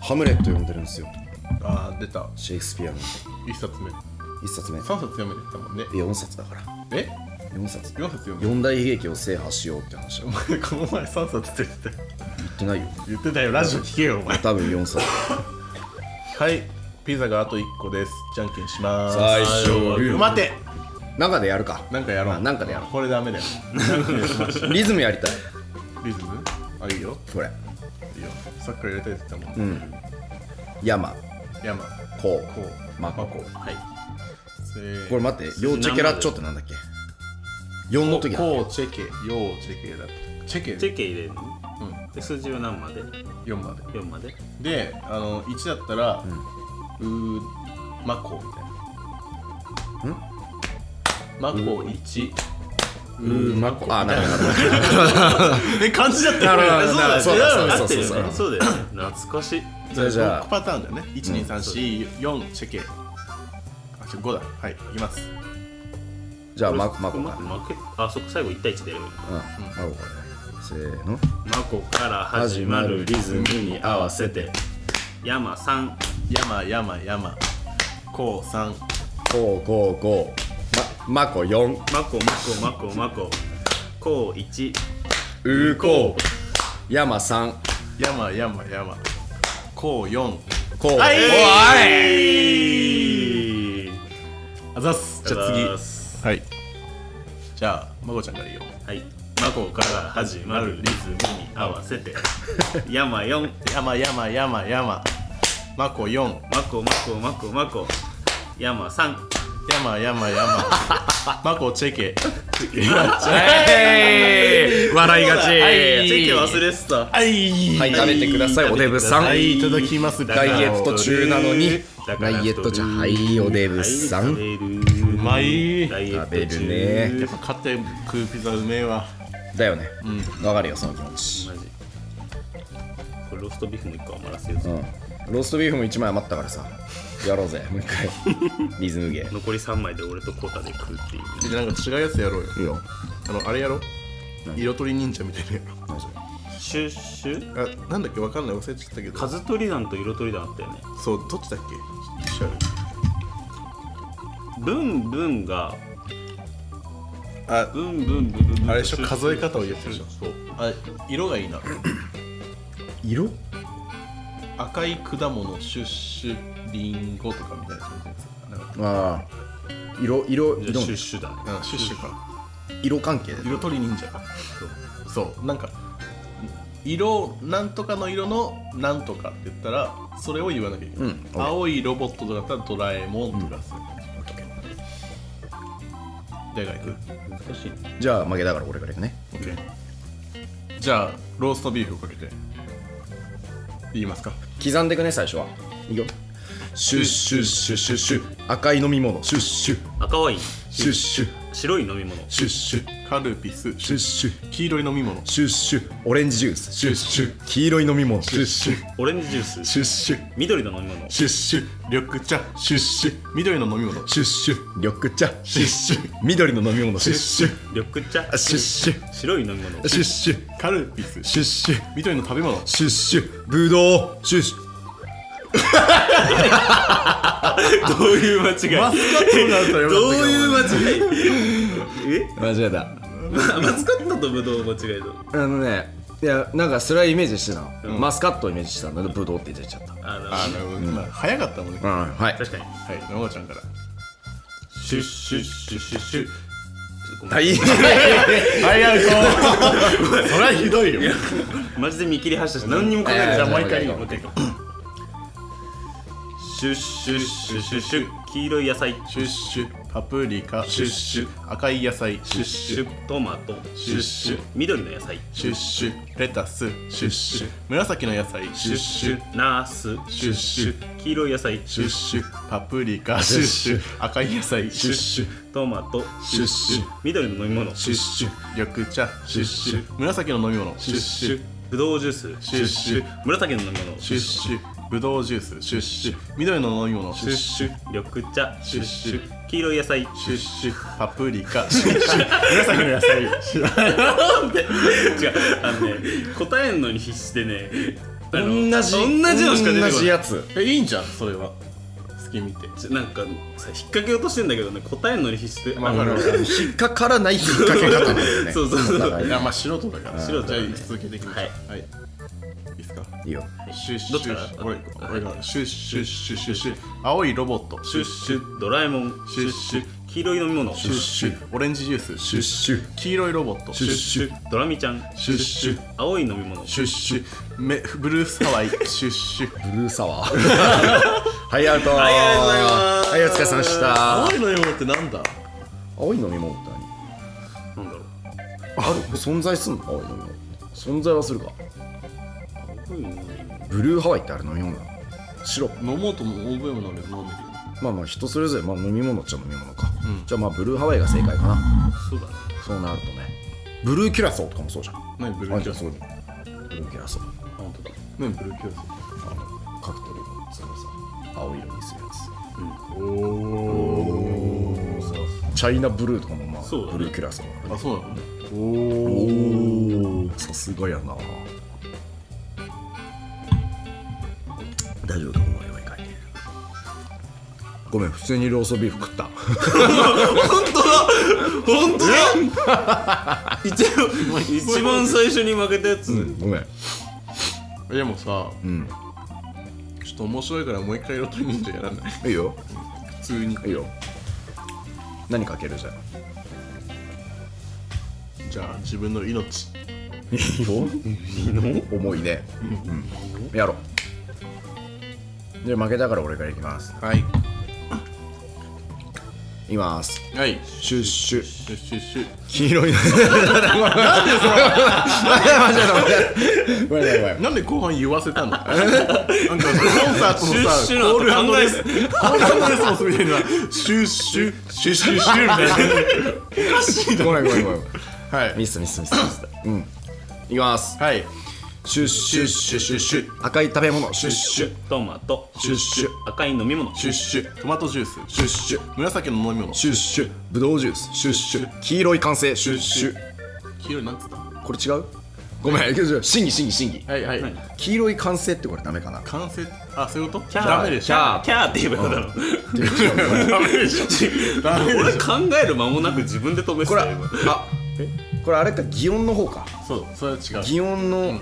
S2: ハムレット読んでるんですよ
S3: ああ出た
S2: シェイクスピアの
S3: 1冊目3
S2: 一冊目いや
S3: 冊読めてたもんね
S2: 4冊だから
S3: え
S2: 4冊
S3: 4冊読め
S2: 四大悲劇を制覇しようって話は
S3: てこの前3冊って言ってたよ
S2: 言ってないよ
S3: 言ってたよラジオ聞けよお前
S2: 多分4冊
S3: はいピザがあと1個ですじゃんけんしまーす
S2: 最初はグー
S3: 待て
S2: 中でやるか
S3: なんかやろ
S2: あ
S3: う
S2: なんかでやろ
S3: これ ダメだよ
S2: うリズムやりたい
S3: リズムあいいよ
S2: これ
S3: いいよサッカーやりたいって言ったもん、
S2: 山
S3: 山
S2: こう
S3: こう
S2: まこ
S3: こう
S4: はい
S3: せー
S2: これ待って両チェケラッチョってなんだっけ4の時だ
S3: こうチェケようチェケだったチェケ
S4: チェケ入れるの、
S3: ん
S4: で数字は何まで
S3: 4まで
S4: ?4 まで
S3: であの1だったら、うーマコみたいなマコ1うーマコ
S2: あなるほど
S3: え漢字だったよね
S2: なるほどなるほど
S3: そうだよね
S2: そうそうそう
S4: 合ってるよねそうだよね懐かしい
S2: それじゃ
S3: 6
S2: あ
S3: パターンだよね12344チェケあ違う5だはいいきます
S2: じゃあままこか
S4: うまく負けあそこ最後1対1でやればい
S2: うんまこ
S4: い
S2: かねせーの
S4: マコから始まるリズムに合わせて山3
S3: 山山山こう3
S2: こうこうこうままこ4
S4: マコマコマコマコこう1
S2: うこう山3
S3: 山山山こう4
S2: こう
S3: はい
S4: はい
S3: あざっすじゃあ
S4: あ
S3: 次
S4: ざっす
S3: はいじゃあまこちゃんからいいよ
S4: はいマコから始まるリズムに合わ せて山4
S3: 山山山山まこ4
S4: マコマコマコマコ山3
S3: 山山 山まこチェケ
S2: 笑いがち
S4: チェケ忘れてた
S3: はい
S2: はい食べてくださいおデブさん
S3: はいいただきます
S2: ダイエット中なのに
S4: だか
S2: ダ
S4: ら
S2: イエット中はいおデブさん
S4: う
S3: まい
S4: ダイエッ
S2: 食
S4: ト
S2: べるね
S3: やっぱ勝って食うピザうめえわ
S2: だよねわかるよその気持ち
S4: マジこれローストビーフも1個余らせよう
S2: う
S4: ぜ、
S2: んローストビーフも1枚余ったからさやろうぜ もう一回リズムゲー
S4: 残り3枚で俺とコータで食うっていう
S3: じゃあなんか違うやつやろうよ
S2: いいよ
S3: あのあれやろ色とり忍者みたいなや
S4: シュッシュ
S3: ろあなんだっけわかんない忘れちゃったけど
S4: 数取り団と色取り団あったよね
S3: そうどっちだっけ一緒やろ
S4: ブンブンが
S3: あ
S4: ブンブンブンブンブン
S3: あれでしょ数え方を言ってるでしょ
S4: そう
S3: あ色がいいな
S2: 色
S3: 赤い果物シュッシュリンゴとかみたいな感じのやつ
S2: ああ色色
S4: じゃ
S2: 色
S4: あシュッシュだね
S3: なんかうんシュッシュか
S2: 色関係で
S3: 色とり忍者そうそうなんか色なんとかの色のなんとかって言ったらそれを言わなきゃいけない、
S2: うん
S3: 青いロボットとかだったらドラえもんとかそういう感じ、でがいく
S4: 難しいね
S2: じゃあ負けだから俺からいくね
S3: OK じゃあローストビーフをかけて言いますか
S2: 刻んでくね最初はいいよシュッシュッシュッシュッシュ赤い飲み物シュッシュ
S4: 赤ワイン
S2: シュッシュ
S4: 白い飲み物
S2: シュッシュ
S3: カルピス
S2: シュッシュ
S3: 黄色い飲み物
S2: シュッシュオレンジジュースシュッシュ黄色い飲み物シュッシュ
S4: オレンジジュース
S2: シュッシュ
S4: 緑の飲み物
S2: シュッシュ
S3: 緑茶
S2: シュッシュ
S3: 緑の飲み物
S2: シュッシュ緑茶シュッシュ緑の飲み物シュッシュ
S4: 緑茶
S2: シュッシュ
S4: 白い飲み物
S2: シュッシュ
S3: カルピス
S2: シュッシュ
S3: 緑の食べ物
S2: シュッシュブドウシュッシュ
S4: どういう間違い
S3: マスカットだったらよか
S4: どう
S3: ったけど
S4: いう間違いえ
S2: 間違えた
S4: まマスカットとブドウ間違えた
S2: あのねいやなんかそれはイメージしてたの、マスカットをイメージしてたんだけどブドウって出ちゃったう
S4: あ
S3: あ
S4: の
S3: なるほどね、まあ早かったもんねは
S2: んはい
S4: 確かにちょ
S3: いのごちゃんからシュッシュッシュッシュッシュッ
S4: っとごめん
S2: はい
S3: はいやるぞそれはひどいよ
S4: マジで見切り発車して何にも考えて
S2: いやい
S4: な
S2: や
S4: いじ
S3: じ
S4: ゃ
S3: ゃ
S4: あ
S3: あ
S4: も
S3: も
S4: う
S3: う一
S4: 一回
S3: 回
S4: いいよ
S3: もう一回いいよ
S4: シュッシュッシュッシュッシュッ黄色い野菜
S3: シュッシュパプリカシュッシュ赤い野菜シュッシ
S4: シュ
S3: ュ
S4: ットマト
S3: シュッシュ
S4: 緑の野菜
S3: シュッシュレタスシュッシュ紫の野菜シュッシュ
S4: ナース
S3: シュッシュ
S4: 黄色い野菜
S3: シュッシュパプリカシュッシュ赤い野菜シュッシュ
S4: トマト
S3: シュッシュ
S4: 緑の飲み物
S3: シュッシュ緑茶シュッシュ紫の飲み物シュッシュ
S4: ブドウジュース
S3: シュッシュ
S4: 紫の飲み物
S3: シュッシュブドウジュースシュッシュ緑の飲み物シュッシュ
S4: 緑茶
S3: シュッシュ
S4: 黄色い野菜
S3: シュッシュパプリカシュッシュ紫の野菜シュッシュ
S4: 違うあのね答えんのに必死でねあの
S2: 同じ
S4: 同じのしか出てこな
S2: 同
S4: い
S2: じやつ
S3: えいいんじゃんそれは好き見て
S4: ちょなんかさ引っ掛けようとしてんだけどね答えんのに必死で
S3: わかるわかる
S2: 引っかからない引っ掛け方なんだよね
S4: そうそうそう
S2: お互い
S3: いやまあ素人だから
S4: 素人
S3: じ
S4: だ
S3: ゃあ
S4: からね
S3: 続けていきましょうはいいいですか
S2: いいよ
S3: シュッシ
S4: どっちから
S3: ュ俺俺がシュッシュッシュッシュッシュッ青いロボットシ
S4: シ
S3: ュッ
S4: ュッ
S3: シ
S4: シ
S3: ュ
S4: ュドラえもん
S3: シュッシュ
S4: 黄色い飲み物シ
S3: シュッシュオレンジジュースシュッシ
S2: シュッ
S3: ュ黄色いロボットシュッシュ
S4: ドラミちゃん
S3: シュッシュ
S4: 青い飲み物
S3: シュッシュめブルースハワイシュッシュ
S2: ブルーサワーはいアウトはいありがとうございますはいお疲れ様でした
S3: 青いのよってなんだ
S2: 青い飲み物って何
S4: なんだろう
S2: ある存在すんの青い飲み物存在はするか
S4: 青い飲み物
S2: ブルーハワイってあれ飲み物なの白
S3: 飲もうとも覚えも飲める飲める
S2: まあまあ人それぞれ、まあ、飲み物っちゃ飲み物か、じゃあまあブルーハワイが正解かな
S4: そうだね
S2: そうなるとねブルーキュラソーとかもそうじゃん
S3: 何ブル
S2: あ
S3: ー
S2: じ
S3: キ
S2: ゃ
S3: ュ
S2: あ
S3: ラ
S2: そ
S3: ソ
S2: うだブルーキュラソー
S4: あ本当だ
S3: 何ブルーキュラソ
S2: あのカクテルのそのさ青色にするやつおおチャイナブルーとかもまあ、
S4: そうだね
S2: ブルーキュラソー
S3: あそうなの
S2: おおさすがやな大丈夫かお前はかいごめん普通にローストビーフ食った
S4: 本当だ一応一番最初に負けたやつ、
S2: ごめん
S3: でもさ
S2: ん
S3: ちょっと面白いからもう一回色と忍者やらな
S2: い
S3: い
S2: いよ
S3: 普通に
S2: いいよ何かけるじゃん
S3: じゃあ自分の命
S2: いいよ重いね、うん、やろうで負けたから俺からいきます
S3: はい
S2: いきます
S3: はい
S2: シュッシュ
S3: シュッシュッシュ
S2: 黄色いの ごめん ごめんごめん
S3: なんで後半言わせたのなんかコンサート
S4: シュ
S3: の
S4: ッ
S3: さ
S4: シュの後考えす
S3: コンサートレスポンスみたいなシュッシュッシュッシュッシュッみたいなおかしいだ
S2: ごめんごめんごめん
S3: は
S2: ミ
S3: い
S2: スミスミスミスうんいきます
S3: はい
S2: シュッシュッシュッシュッシュッ赤い食べ物シュッシュッ
S4: トマト
S2: シュッシュッ
S4: 赤い飲み物
S3: シュッシュトマトジュース
S2: シュッシュッ
S3: 紫の飲み物
S2: シュッシュッブドウジュースシュッシュッ黄色い完成シュッシュッ
S3: 黄色いなんつった
S2: これ違うごめん審議審議審議
S3: はいはい
S2: 黄色い完成ってこれダメかな
S3: 完成あそういうこと
S4: キャー
S3: ダメでし
S4: キ
S3: ょ
S4: ャーキャーって言えばよかった
S3: ダメでしょダメで
S4: の俺
S3: しょ
S4: 考える間もなく自分で止めて
S2: こ
S4: た
S2: れ
S4: よ今
S2: あこれあれか擬音の方か
S3: そうそれは違う
S2: 擬音の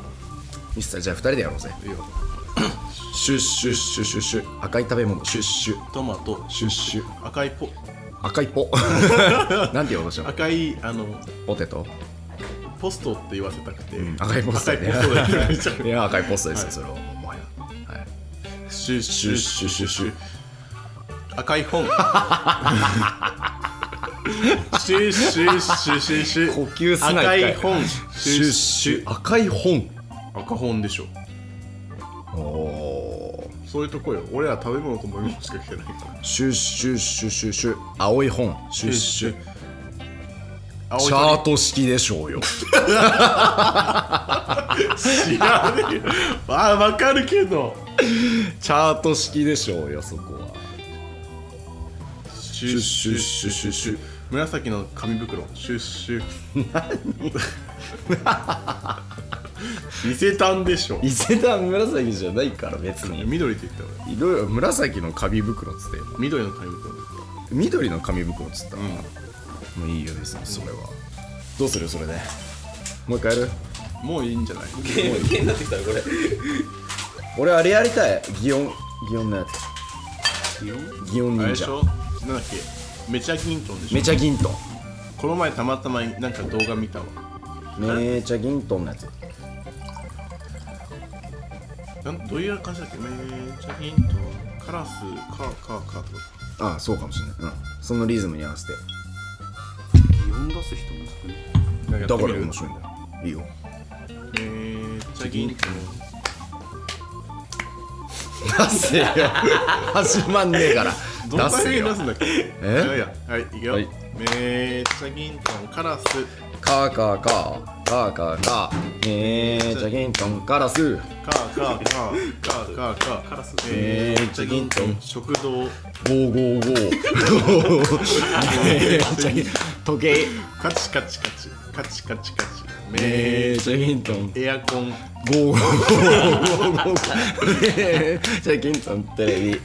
S2: ミスターじゃあ2人でやろうぜ
S3: いいよ
S2: シュッシュッシュッシュッシュッ赤い食べ物シュッシュッ
S3: トマト
S2: シュッシュッ
S3: 赤いポ
S2: 赤いポ なんて言おうとしたの
S3: 赤いあの
S2: ポテト
S3: ポストって言わせたくて
S2: 赤いポストね
S3: 赤いポストだけ
S2: い
S3: ど
S2: や赤いポストですよそれはもはやはい
S3: シュッシ
S2: シュッシュッシュッシュッ
S3: 赤い本シュッシュッシュッシュッシュ
S2: 呼吸すな
S3: 赤
S2: 一
S3: い
S2: 回
S3: 本
S2: シュッシュッ赤い本
S3: 赤本でしょ
S2: おおー
S3: そういうとこよ俺ら食べ物と飲み物しか聞けないから
S2: シュッシュッシュッシュッシュッ青い本シュッシュッ
S3: 青
S2: チ
S3: い
S2: ャー
S3: 鳥
S2: ト式でしょうよ
S3: 知らねえよあ分かるけど
S2: チャート式でしょうよそこは
S3: シュッシュッシュッシュッシュ紫の紙袋シュッシュ伊勢丹でしょ
S2: 伊勢丹紫じゃないから別に
S3: 緑って
S2: い
S3: 言った俺
S2: ろいろ紫の紙袋っつってよ
S3: 緑のタイムと
S2: 緑の紙袋っつったら、もういいよ別にそれはどうするそれでもう一回やる
S3: もういいんじゃない
S4: ゲーム系になってきたらこれ
S2: 俺あれやりたい祇園祇園のやつ祇園
S3: あ
S2: 忍
S3: れでし
S2: 者
S3: ょなんだっけめちゃ銀トンでしょ
S2: めちゃ銀ト
S3: この前たまたまなんか動画見たわ
S2: ンめちゃ銀トンのやつ
S3: なんどういう感じだっけめちゃ銀トンカラスカーカーカーと
S2: ああそうかもしれない、うん、そのリズムに合わせて
S4: 4出す人も少ない
S3: なんや
S2: だ
S3: って
S2: か
S3: み
S2: ら
S3: る
S2: 面白いんだよいいよ
S3: めちゃ銀トン
S2: 出せ よ始まんねえか
S3: どの
S2: ら
S3: タ
S2: 出
S3: イミ
S2: せよ
S3: ングで出すんだっけ
S2: え
S3: いやいやはいいくよ、
S2: はい
S3: めっちゃ銀トンカラス
S2: カーカーカーカーカーカーめーちゃ銀トンカラス
S3: カーカーカーカーカーカーカラスめっちゃ銀トン食堂
S2: ゴーゴーゴ ー時計
S3: カチカチカチカチカチカチ
S2: め
S3: め
S2: ーちゃ銀トン
S3: エアコン
S2: ゴーゴーゴーゴー めーちゃ銀トンテレビ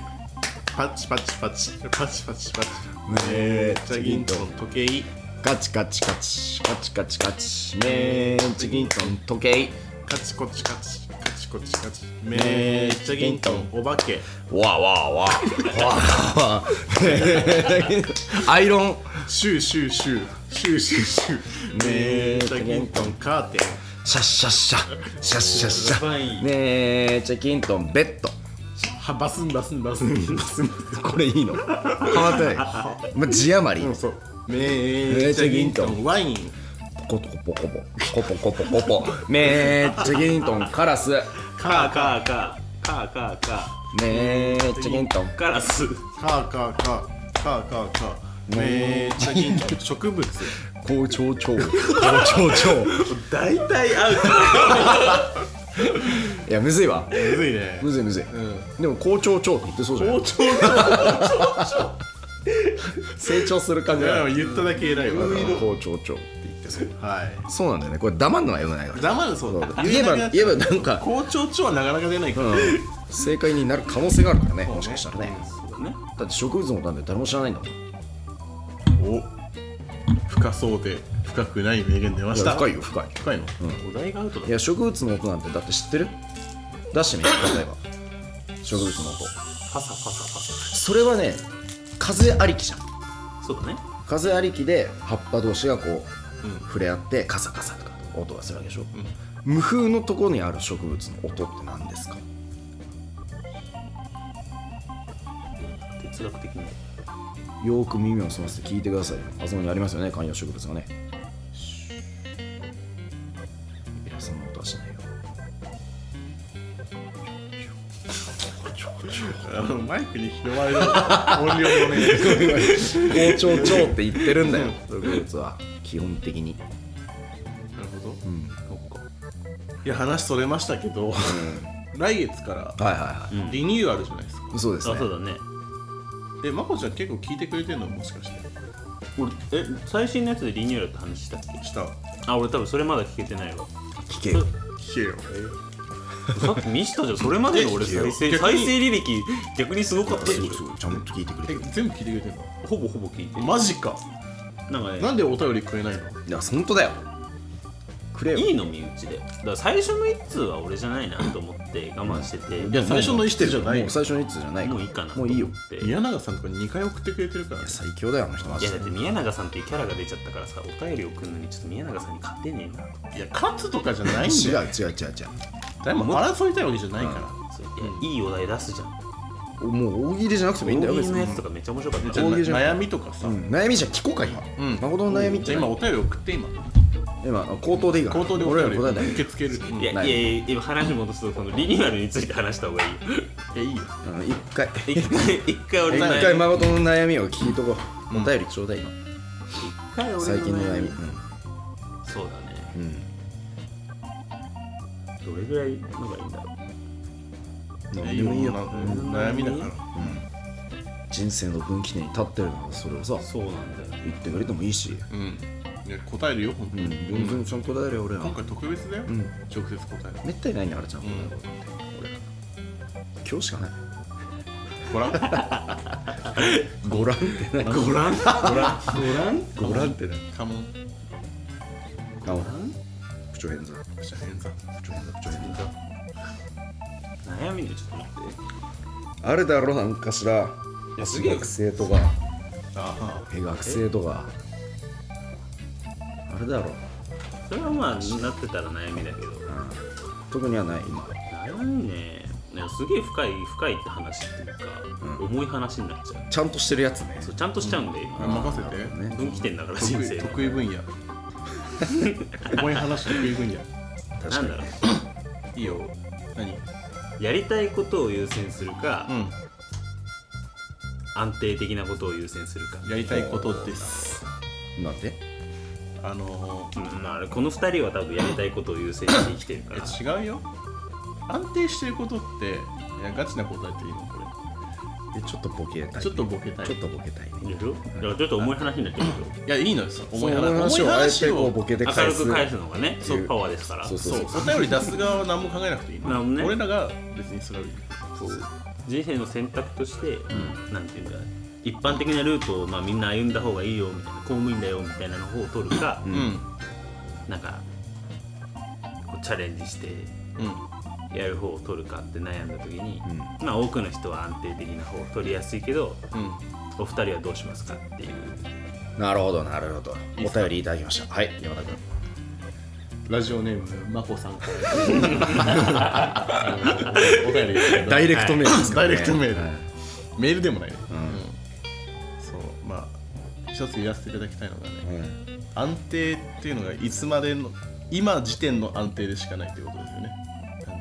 S3: パチパチパチパチパチパチ
S2: めー
S3: めっちゃ銀トン時計
S2: カチカチカチカチカチカチめーちゃ銀トン時計
S3: カチコチカチカチコチカチめっちゃ銀トンお化け
S2: わーわーわーわーわーめーちゃ銀トンアイロン
S3: シューシューシューシューシューシューめっちゃ銀トンカーテン
S2: シャッシャッシャシャッシャッシャねえチェキントンベッド
S3: はバスンバスンバスンバスン
S2: これいいの変わってない、ま、字余り
S3: うんそうめっちゃ銀トンワイン
S2: ポコポコポコポコポコポコポめーチェキントンカラス
S4: カーカーカーカーカーカ
S2: めーチェキントン
S4: ーカラス
S3: カーカーカーカーカーカーめっちゃ銀トン植物
S2: 校長長校長長
S4: 大体アウト
S2: いやむずいわ
S3: むずいね
S2: むずいむずい、でも校長長って言ってそうじゃない校長長成長する感
S3: い
S2: じ
S3: や
S2: が
S3: でも言っただけ偉いわ
S2: 校長長って言ってそう
S3: はい
S2: そうなんだよねこれ黙んのはよくないから
S3: 黙るそうだ
S2: 言えば言えばなんか
S3: 校長長はなかなか出ないから
S2: うん正解になる可能性があるからねもしかしたらね
S4: そうだね
S2: だって植物のため誰も知らないんだもんい
S3: お深そうで深くない名言出まし
S2: や
S3: た
S2: 深いよ深い
S3: 深いの
S4: お題がアウトだ
S2: いや植物の音なんてだって知ってる出してみよう例えば植物の音
S4: パサパサパサ
S2: それはね風ありきじゃん
S4: そうだね
S2: 風ありきで葉っぱ同士がこう、触れ合ってカサカサとか音がするわけでしょ、無風のところにある植物の音って何ですか
S4: 哲学的に
S2: よーく耳を澄ませて聞いてくださいよあそこにありますよね観葉植物がねいやそんな音はしないよ
S3: あのマイクに拾われる音量もね
S2: 校長長って言ってるんだよ植物は基本的に
S3: なるほど、いや話それましたけど、来月から
S2: はいはいは
S3: リニューアルじゃないですか、
S2: いそうです
S4: あ
S2: ね
S4: そうだね
S3: えまこちゃん結構聞いてくれてんのもしかして
S4: 俺え最新のやつでリニューアルって話したっけ
S3: した
S4: あ俺多分それまだ聞けてないわ
S2: 聞けよ
S3: 聞けよ
S4: さっき見したじゃんそれまでの俺再生
S3: 逆
S4: 再
S3: に
S4: 生履歴逆にすごかったよ
S2: そうちゃんと聞いてくれて
S3: え
S2: る
S3: 全部聞いてくれてんの
S4: ほぼほぼ聞いてる
S3: マジか
S4: なんかね
S3: なんでお便りくれないの
S2: いや本当だよくれよ
S4: いいの身内でだから最初の1通は俺じゃないなと思って我慢してて
S2: いや
S3: 最初の一通じゃない
S2: もう最初の一通じゃない
S4: もういいかなと
S2: もう
S4: 思って
S2: いいよ
S4: いや
S3: 宮永さんとか2回送ってくれてるから
S2: 最強だよあの人マジ
S4: だ
S2: で
S4: って宮永さんっていうキャラが出ちゃったからさお便り送るのにちょっと宮永さんに勝てねえなと思って
S3: いや勝つとかじゃないん
S2: 違う
S3: だよ
S2: 違う違う
S3: 誰も争いたいわけじゃないから、
S4: そういやいいお題出すじゃん
S2: 違うもう大喜利じゃなくてもいいんだよ
S4: 大喜
S2: 別
S4: 利の
S2: に
S4: やつとかめっちゃ面白かった
S3: じゃあ
S2: 大喜利じゃん
S3: 悩みとかさ、
S2: うん悩みじゃ聞こうか今
S3: ん
S2: 誠の悩みっ
S3: じ
S2: て
S3: ゃあ
S2: 何
S3: 今お便り送って今
S2: 今口頭でいいから
S3: 口頭でお
S2: 俺
S3: 便
S2: ら
S3: り
S2: 答えない
S3: 受け付ける、うん
S4: い
S3: いや
S4: やいやいや今話戻すとそのリニューアルについて話した方がいいよ
S3: いいよ
S2: うん一回
S4: 一回一回俺
S2: 一
S4: の悩み
S2: 回誠の悩みを聞いとこうお便りちょうだい今
S4: 一回俺の
S2: 最近の悩み
S4: そうだね
S2: うんうん
S4: どれぐらいのがいいんだろ
S2: 何
S3: い
S2: で
S3: い
S2: も
S3: よ
S2: いいよ
S3: な悩みだから
S2: 人生の分岐点に立ってるならそれをさ
S4: うそうなんだよ
S2: 言ってくれてもいいし
S3: うんいや答えるよ本当に、
S2: 全然ちゃんと答えるよ俺は
S3: 今回特別だよ、
S2: ん
S3: 直接答える
S2: めったにないねあれちゃんと答える俺今日しかない
S3: ご覧
S2: ご覧ってない
S4: ご覧ご覧ご覧
S2: ご覧ってない
S3: カモン
S2: あ不調変座
S3: じゃあ演算
S2: 不調変座不調変座
S4: 悩みでちょっと待って
S2: あるだろなんかしら
S4: やすげえ
S2: 学生とか
S3: あ
S2: え学生とかあれだろ
S4: それはまあなってたら悩みだけど
S2: 特にはない今
S4: 悩みねなんかすげえ深い深いって話っていうか、重い話になっちゃう
S2: ちゃんとしてるやつね
S4: そうちゃんとしちゃうんで、
S3: あ
S4: 今
S3: 任せて
S2: ね
S4: 分岐点だから人
S3: 得
S4: 生
S3: 意
S4: の
S3: 得意分 野重い話得意分野
S2: 確
S4: な
S2: か
S4: ん
S2: に
S4: だろ
S3: いいよ何
S4: うやりたいことを優先するか、
S3: う
S4: 安定的なことを優先するか
S3: んやりたいことです
S2: なんで
S3: あの
S4: うんまあ、この2人は多分やりたいことを優先して生きてるか
S3: ー
S4: ら
S3: いや違うよ安定してることっていやガチな答えっていいのこ
S2: でちょっとボケた
S3: れ
S2: い
S3: ちょっとボケたい
S2: ちょっとボケたいね
S4: でしょだからちょっと重い話になっちゃうでし
S3: いやいいのよその重い
S2: その
S3: 話
S2: 話をあえてこうボケで
S4: ょ明
S2: 返
S4: る
S2: す
S4: く返すのがねそうパワーですから
S2: そうそう
S3: そうお便り出す側は何も考えなくていい
S4: なる
S3: の、
S4: ほどね
S3: 俺らが別にそれを
S4: そう人生の選択として、なんていうんだ一般的なルートを、まあ、みんな歩んだ方がいいよみたいな公務員だよみたいなの方を取るか、
S3: うん
S4: なんかこうチャレンジして
S3: うん
S4: やる方を取るかって悩んだ時に、まあ多くの人は安定的な方を取りやすいけど
S3: うん
S4: お二人はどうしますかっていう
S2: なるほどなるほど
S3: いいっ
S2: お
S3: すか
S2: 便りいただきましたはい山田君
S3: ラジオネームまこさんから あのお便りいただいた
S2: ダイレクトメールですから
S3: ダイ
S2: ね
S3: レクトメール、
S2: はい
S3: メールでもないよ、そうまあ一つ言わせていただきたいのがね
S2: うん
S3: 安定っていうのがいつまでの今時点の安定でしかないということですよね単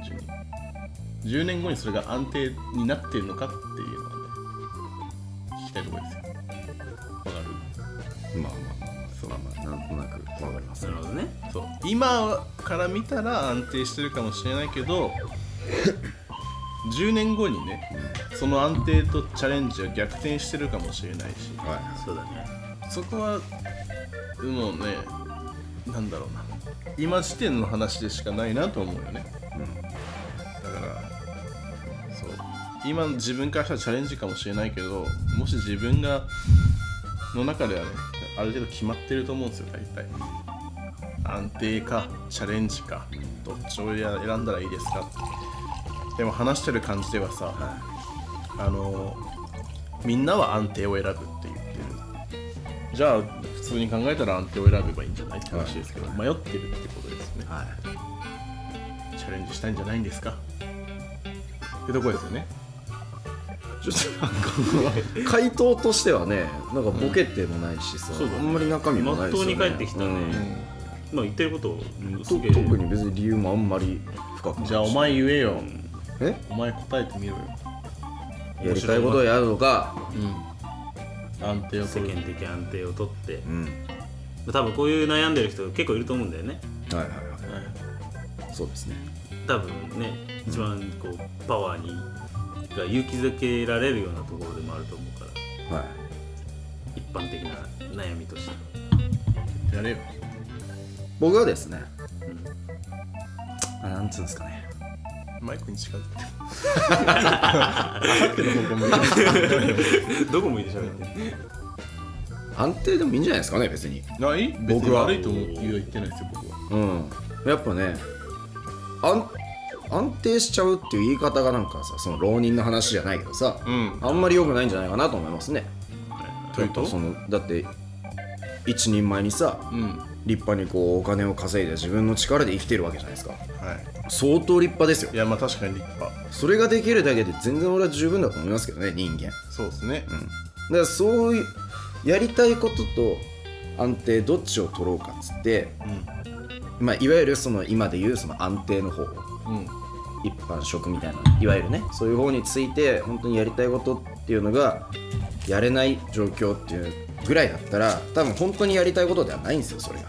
S3: 純に10年後にそれが安定になっているのかっていうのはね聞きたいところですよわかる
S2: まあまあまあまあそうまあまあなんとなくわかります
S4: なるほどね
S3: そう今から見たら安定してるかもしれないけど10年後にねその安定とチャレンジは逆転してるかもしれないし
S2: は
S4: そうだね
S3: そこはもうねなんだろうな今時点の話でしかないなと思うよね、だからそう今自分からしたらチャレンジかもしれないけどもし自分がの中ではねある程度決まってると思うんですよ大体安定かチャレンジかどっちを選んだらいいですかでも話してる感じではさ、あのみんなは安定を選ぶって言ってるじゃあ普通に考えたら安定を選べばいいんじゃないって話ですけど、迷ってるってことですね、チャレンジしたいんじゃないんですかってとこですよね
S2: いちょっとなんか回答としてはねなんかボケてもないしさ、
S4: そうだ
S2: あ
S4: ね
S2: んまり中身もないですよね
S4: 真っ当に返ってきたね
S2: うん
S4: まあ言ってることをす
S2: と
S4: げえ
S2: 特に別に理由もあんまり深くない
S3: じゃあお前言えよ、
S2: え
S3: お前答えてみろよ
S2: やりたいことをやるのか
S3: 安定を
S4: 世
S3: 取る
S4: 間的安定をとって
S2: うん
S4: 多分こういう悩んでる人結構いると思うんだよね
S2: はいはいはいそうですね
S4: 多分ね一番こうパワーにが勇気づけられるようなところでもあると思うから
S2: はい
S4: 一般的な悩みとして
S3: やれよ
S2: 僕はですね、あなんつうんですかね
S3: マイクに近づい て刺さってる方向向いて
S4: どこ向いて喋って
S2: 安定でもいいんじゃないですかね別に
S3: ない別に
S2: 僕は
S3: 悪いと思う言う言ってないですよ僕は
S2: うんやっぱね安安定しちゃうっていう言い方がなんかさその浪人の話じゃないけどさ、
S3: ん
S2: あんまり良くないんじゃないかなと思いますね
S3: というと
S2: やっぱそのだって一人前にさ、
S3: うんは
S2: 立派にこうお金を稼いで自分の力で生きてるわけじゃないですか
S3: い
S2: 相当立派ですよ
S3: いやまあ確かに立派
S2: それができるだけで全然俺は十分だと思いますけどね人間だか
S3: そうですね、
S2: らそういうやりたいことと安定どっちを取ろうかっつって、まあ、いわゆるその今で言うその安定の方
S3: うん
S2: 一般職みたいないわゆるねそういう方について本当にやりたいことっていうのがやれない状況っていうぐらいだったら多分本当にやりたいことではないんですよそれが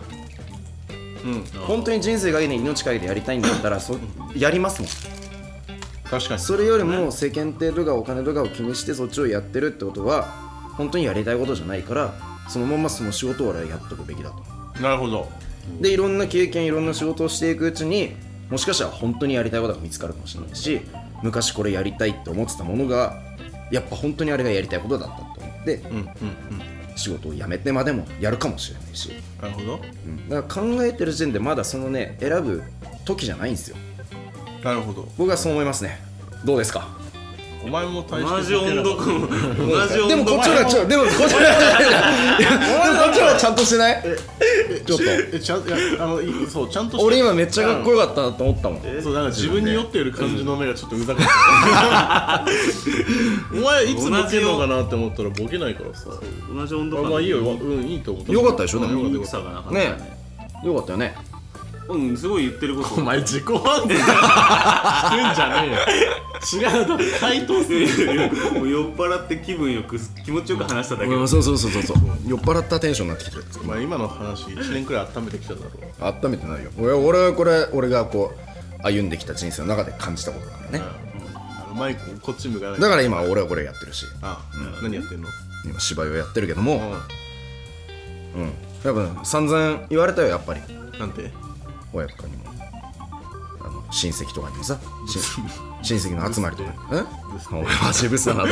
S2: 本当に人生かけて命かけてやりたいんだったらそやりますもん
S3: 確か に
S2: それよりも世間体とかお金とかを気にしてそっちをやってるってことは本当にやりたいことじゃないからそのままその仕事を俺はやっとくべきだと
S3: なるほど
S2: でいろんな経験いろんな仕事をしていくうちにもしかしたら本当にやりたいことが見つかるかもしれないし昔これやりたいって思ってたものがやっぱ本当にあれがやりたいことだったと思って、
S3: うんうんうん
S2: 仕事を辞めてまでもやるかもしれないし、
S3: なるほど
S2: うんだから考えてる時点でまだそのね選ぶ時じゃないんですよ
S3: なるほど
S2: 僕はそう思いますねどうですか
S3: お前も大
S4: 同
S3: して
S4: じ温度感同じ
S2: で
S4: 温
S2: もこ
S4: 度
S2: っちの方がちょでも こっちの方がいやでもこっちの方がちゃんとしてないちょっと
S3: えちゃんいやあのいそうちゃんとして
S2: 俺今めっちゃかっこよかったなと思ったもん
S3: そうなんか自分に酔ってる感じの目がちょっとうざかった お前いつボケるのかなって思ったらボケないからさ
S4: 同じ温度
S3: あ
S4: 感
S3: まあいいようんいいと思った
S2: よかったでしょでも
S3: よかったよ
S4: 温度
S3: かっ
S4: 差がなかった
S2: ねえよかったよね
S4: うんすごい言ってること
S3: たお前自己判断してんじゃねえよ違うだろ回答す
S4: い
S3: る
S4: やいやもう酔っ払って気分よく気持ちよく話しただけ
S2: うんそうそうそうそうそう酔っ払ったテンションになってきてる
S3: お前今の話1年くらい温めてきただろ
S2: 温めてないよ俺俺はこれ俺がこう歩んできた人生の中で感じたことだからね
S3: あのマイクこっち向かない
S2: だから今俺はこれやってるし
S3: あ、何やってんの
S2: 今芝居をやってるけども
S3: う
S2: うん多分散々言われたよやっぱり
S3: んなんて
S2: 親とかにもあの親戚とかにもさ 親親戚の集まりとかにえ俺マジブスだなと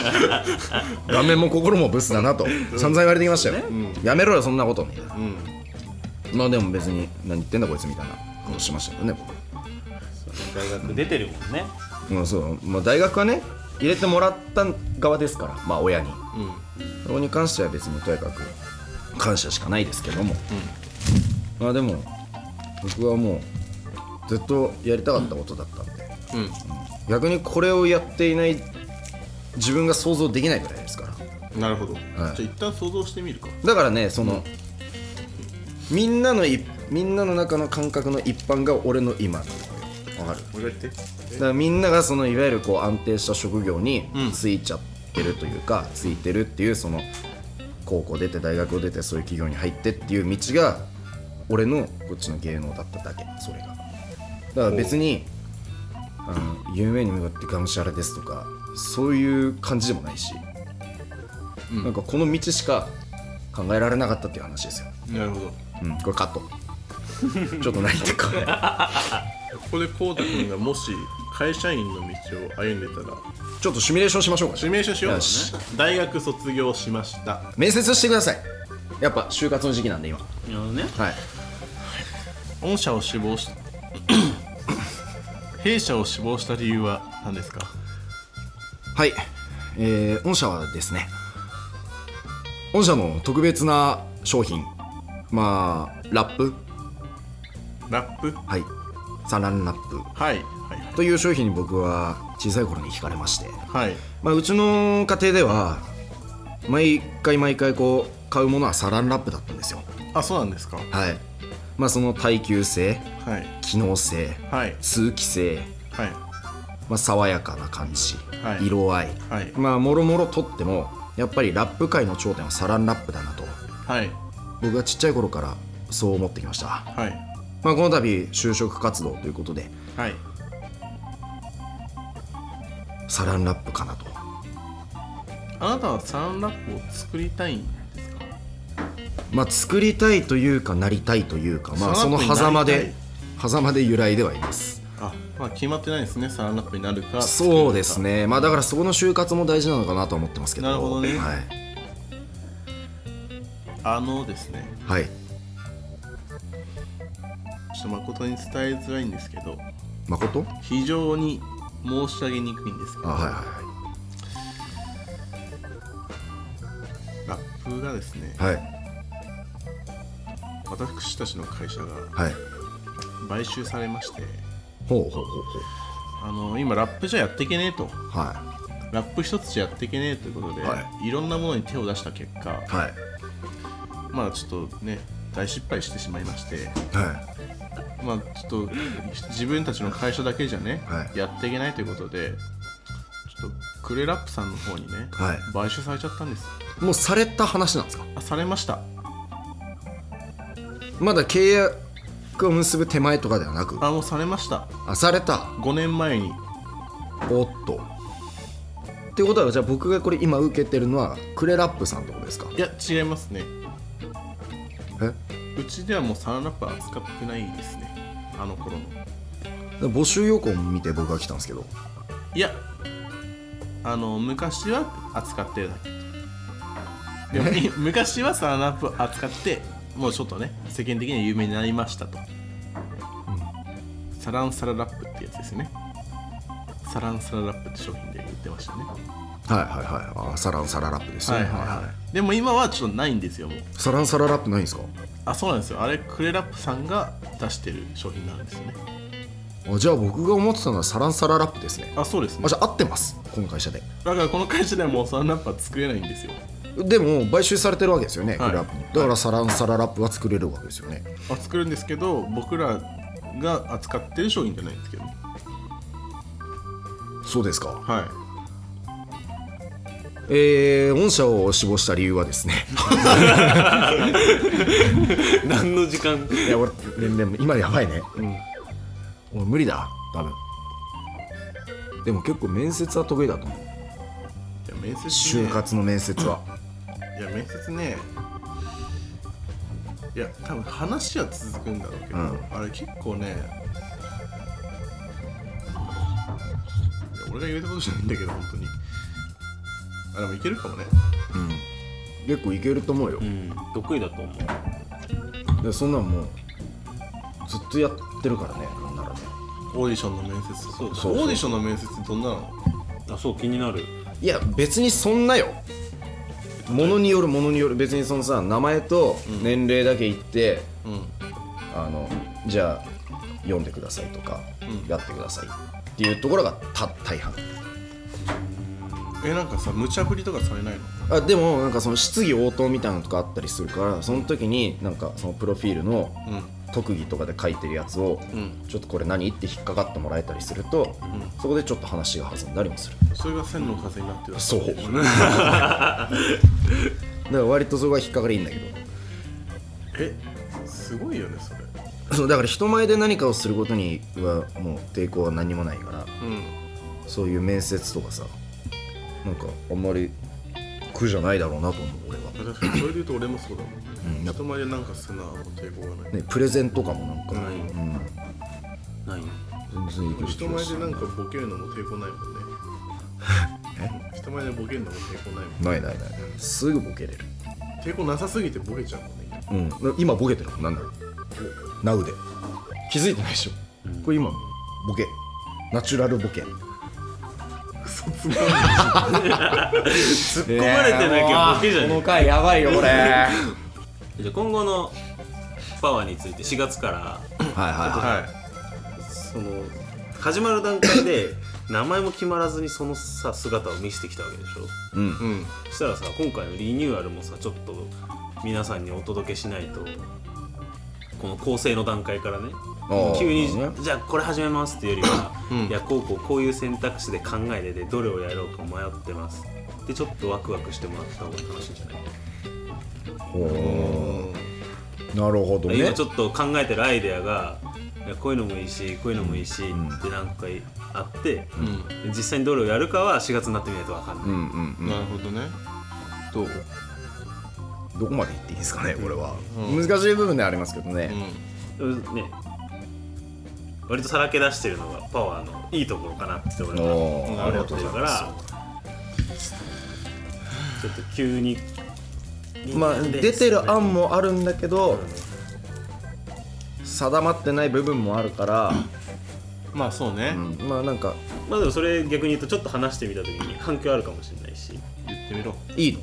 S2: 顔面も心もブスだなと散々言われてきましたよ、やめろよそんなことみたいな、まあでも別に何言ってんだこいつみたいなことしましたけどね僕
S4: 大学出てるもんね
S2: うん、そう、まあ、大学はね入れてもらった側ですからまあ親に、そこに関しては別にとにかく感謝しかないですけども、まあでも僕はもうずっとやりたかったことだったんで、うん逆にこれをやっていない自分が想像できないぐらいですから
S3: なるほど、
S2: はい
S3: じゃあ一旦想像してみるか
S2: だからねその、みんなのいみんなの中の感覚の一般が俺の今なのよわかる
S3: 俺が言って
S2: だからみんながそのいわゆるこう安定した職業についちゃってるというか、ついてるっていうその高校出て大学を出てそういう企業に入ってっていう道が俺のこっちの芸能だっただけそれがだから別にあの夢に向かってがむしゃらですとかそういう感じでもないし、なんかこの道しか考えられなかったっていう話ですよ、
S3: なるほど
S2: うん、これカットちょっと何言ってるかね
S3: ここでこうたくんがもし会社員の道を歩んでたら
S2: ちょっとシミュレーションしましょうか
S3: シミュレーションしよう
S2: よし
S3: 大学卒業しました
S2: 面接してくださいやっぱ就活の時期なんで今
S4: なるほどね
S2: はい
S3: 御社を志望 し弊社を志望した理由は何ですか
S2: はいえー、御社はですね御社の特別な商品まあラップ
S3: ラップ
S2: はいサランラップ
S3: はいはい
S2: という商品に僕は小さい頃に惹かれまして、
S3: はい
S2: まあ、うちの家庭では毎回毎回こう買うものはサランラップだったんですよ
S3: あそうなんですか
S2: はいまあその耐久性
S3: はい
S2: 機能性
S3: はい
S2: 通気性
S3: はい
S2: まあ、爽やかな感じ、
S3: はい
S2: 色合い、
S3: はい
S2: まあもろもろとってもやっぱりラップ界の頂点はサランラップだなと
S3: はい
S2: 僕はちっちゃい頃からそう思ってきました、
S3: はい
S2: まあ、この度就職活動ということで
S3: はい
S2: サランラップかなと
S3: あなたはサンラップを作りたいんですか
S2: まあ作りたいというかなりたいというかまあ
S3: サラ
S2: そ
S3: ンラ
S2: の
S3: ップになりたい
S2: 狭間で狭間で揺らいではいます
S3: あまあ決まってないですねサンラップになるか
S2: そうです
S3: ね
S2: ねまあだからそこの就活も大事なのかなとは思ってますけど
S3: なるほどね
S2: はい、
S3: あのですね
S2: はい、
S3: ちょっと誠に伝えづらいんですけど
S2: 誠
S3: 非常に申し上げにくいんですけ
S2: あ
S3: ど
S2: はいはい
S3: ラップがですね
S2: はい
S3: 私たちの会社が
S2: はいはい
S3: 買収されまして
S2: ほうほうほうほ
S3: あの今ラップじゃやっていけねえと
S2: うは
S3: ラップ一つじゃやっていけねえということで、、
S2: はい
S3: ろんなものに手を出した結果
S2: いはい
S3: まあちょっとね大失敗してしまいまして
S2: はい
S3: まあちょっと自分たちの会社だけじゃね、
S2: はい
S3: やっていけないということでちょっとクレラップさんの方にね、
S2: はい
S3: 買収されちゃったんです
S2: もうされた話なんですか
S3: あされました
S2: まだ契約を結ぶ手前とかではなく
S3: あもうされました
S2: あされた
S3: 5年前に
S2: おっとってことはじゃあ僕がこれ今受けてるのはクレラップさんってことですか
S3: いや違いますね
S2: え
S3: うちではもうサランラップは使ってないですねあの頃の
S2: 募集要項を見て僕が来たんですけど
S3: いやあの昔は扱ってるだけでもい 昔はサランラップ扱ってもうちょっとね世間的には有名になりましたと、サランサララップってやつですねサランサララップって商品で売ってましたね
S2: はいはいはいあーサランサララップですね、
S3: でも今はちょっとないんですよもう
S2: サランサララップないんですか
S3: あそうなんですよあれクレラップさんが出してる商品なんですよね
S2: あじゃあ僕が思ってたのはサランサララップですね
S3: あそうですね
S2: あじゃあ合ってますこの会社で
S3: だからこの会社ではもうサランラップは作れないんですよ
S2: でも買収されてるわけですよね、
S3: はい
S2: クラップにだからサランサララップは作れるわけですよね
S3: あ作るんですけど僕らが扱ってる商品じゃないんですけどね
S2: そうですか
S3: はい
S2: えー、御社を死亡した理由はですね
S4: 何の時間
S2: いや俺でもでも今やばいね、俺無理だ多分でも結構面接は得意だと思う
S3: いや面接ね
S2: 就活の面接はい
S3: や面接ねいや多分話は続くんだろうけど、
S2: うん
S3: あれ結構ねいや俺が言うたことじゃないんだけど本当にあでもいけるかもね
S2: 結構いけると思うよ
S4: う、ん得意だと思う
S2: でそんなんもうずっとやってるからねなんならね
S3: オーディションの面接とか
S4: そ
S2: そう
S4: う
S2: そう
S3: オーディションの面接ってどんなの
S4: あそう気になる
S2: いや別にそんなよものによるものによる別にそのさ名前と年齢だけ言って、
S3: うん
S2: あのじゃあ読んでくださいとか、やってくださいっていうところがた大半
S3: えなんかさ無茶ぶりとかされないの
S2: あでもなんかその質疑応答みたいなのとかあったりするからその時になんかそのプロフィールの特技とかで書いてるやつを、
S3: ん
S2: ちょっとこれ何って引っかかってもらえたりすると、そこでちょっと話が弾んだりもする
S3: それが千の風になってる
S2: そうだから割とそこが引っかかりいいんだけど
S3: えすごいよねそれ
S2: そうだから人前で何かをすることにはもう抵抗は何もないから
S3: うん
S2: そういう面接とかさなんかあんまり苦じゃないだろうなと思う俺は、
S3: 確かにそれで言うと俺もそうだもん、
S2: うんやっ
S3: 人前でなんかすな抵抗がない、
S2: ね、プレゼンとかもなんか、
S4: ないないね
S2: うん、全然いける気
S3: 人
S2: が
S3: 前
S2: す
S3: で
S2: る
S3: なんかボケるのも抵抗ないも んね人前でボケるのも抵抗ないもん
S2: ないないないすぐボケれる、
S3: 抵抗なさすぎてボケちゃうもんね
S2: うん、今ボケてるもんなんだろうナウで気づいてないでしょこれ今ボケナチュラルボケ
S4: 突っ込まれてなきゃボケじゃねえ
S2: 回やばいよこれはい
S4: じゃあ今後のパワーについて4月から
S2: は
S3: はい
S4: その始まる段階で 名前も決まらずにそのさ姿を見せてきたわけでしょ
S3: うん
S4: そしたらさ今回のリニューアルもさちょっと皆さんにお届けしないとこの構成の段階からね
S2: いはい
S4: 急に、
S2: ね
S4: じゃあこれ始めます っていうよりは、
S3: ん
S4: いやこうこうこういう選択肢で考えててどれをやろうか迷ってますでちょっとワクワクしてもらった方が楽しいんじゃない
S2: ほうなるほど
S4: 今
S2: ね
S4: ちょっと考えてるアイデアがいやこういうのもいいしこういうのもいいしって何回あって、実際にどれをやるかは4月になってみないと分かんない、
S2: うんうん
S3: なるほどねどう
S2: どこまで行っていいんですかねこれは、難しい部分ではありますけどね、
S4: うんね割とさらけ出してるのがパワーのいいところかなって俺は
S2: おーあり
S4: 思
S2: が
S4: って
S2: とう
S4: る
S2: ござ
S4: か
S2: います
S4: らちょっと急に
S2: まあ出てる案もあるんだけど定まってない部分もあるから、
S3: まあそうね、
S2: うんまあなんか
S4: まあでもそれ逆に言うとちょっと話してみた時に反響あるかもしれないし
S3: 言ってみろ
S2: いいの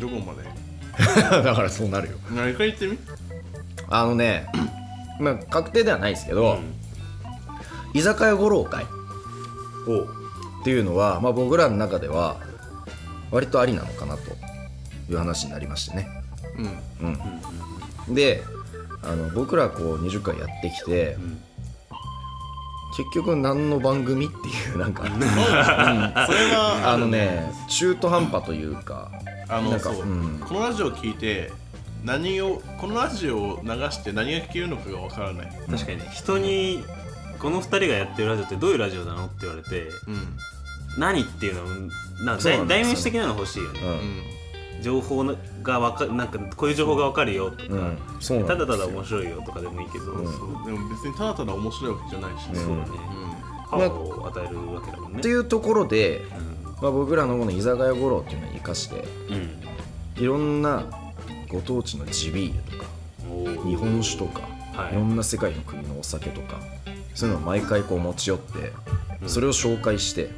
S3: どこまで
S2: だからそうなるよ
S3: 何回言ってみ
S2: あのねまあ確定ではないですけど、居酒屋五郎会っていうのは、まあ、僕らの中では割とありなのかなという話になりましてね
S3: うん
S2: であの僕らこう20回やってきて、結局何の番組っていうなんか
S3: それは
S2: あのね中途半端というか
S3: あ
S2: な
S3: の
S2: んか
S3: そう、
S2: うん
S3: このラジオを聞いて何をこのラジオを流して何が聞けるのかがわからない
S4: 確かにね人にこの2人がやってるラジオってどういうラジオなのって言われて
S3: うん
S4: 何っていうのはうんなん
S2: そうな
S4: だ
S2: んですよね
S4: 代名詞的なの欲しいよね
S2: うん
S3: うん
S4: 情報がわかなんかこういう情報がわかるよとか、
S2: うんそうなんです
S4: た
S2: よ
S4: だただ面白いよとかでもいいけど、そう
S3: でも別にただただ面白いわけじゃないしね、
S4: そうだね、パワーを与えるわけだもんね
S2: っていうところで、
S4: うん
S2: まあ、僕らのこの居酒屋五郎っていうのを生かして
S4: うん
S2: いろんなご当地の地ビールとか
S4: おー
S2: 日本酒とか、
S4: はい
S2: い、ろんな世界の国のお酒とかそういうのを毎回こう持ち寄ってそれを紹介して、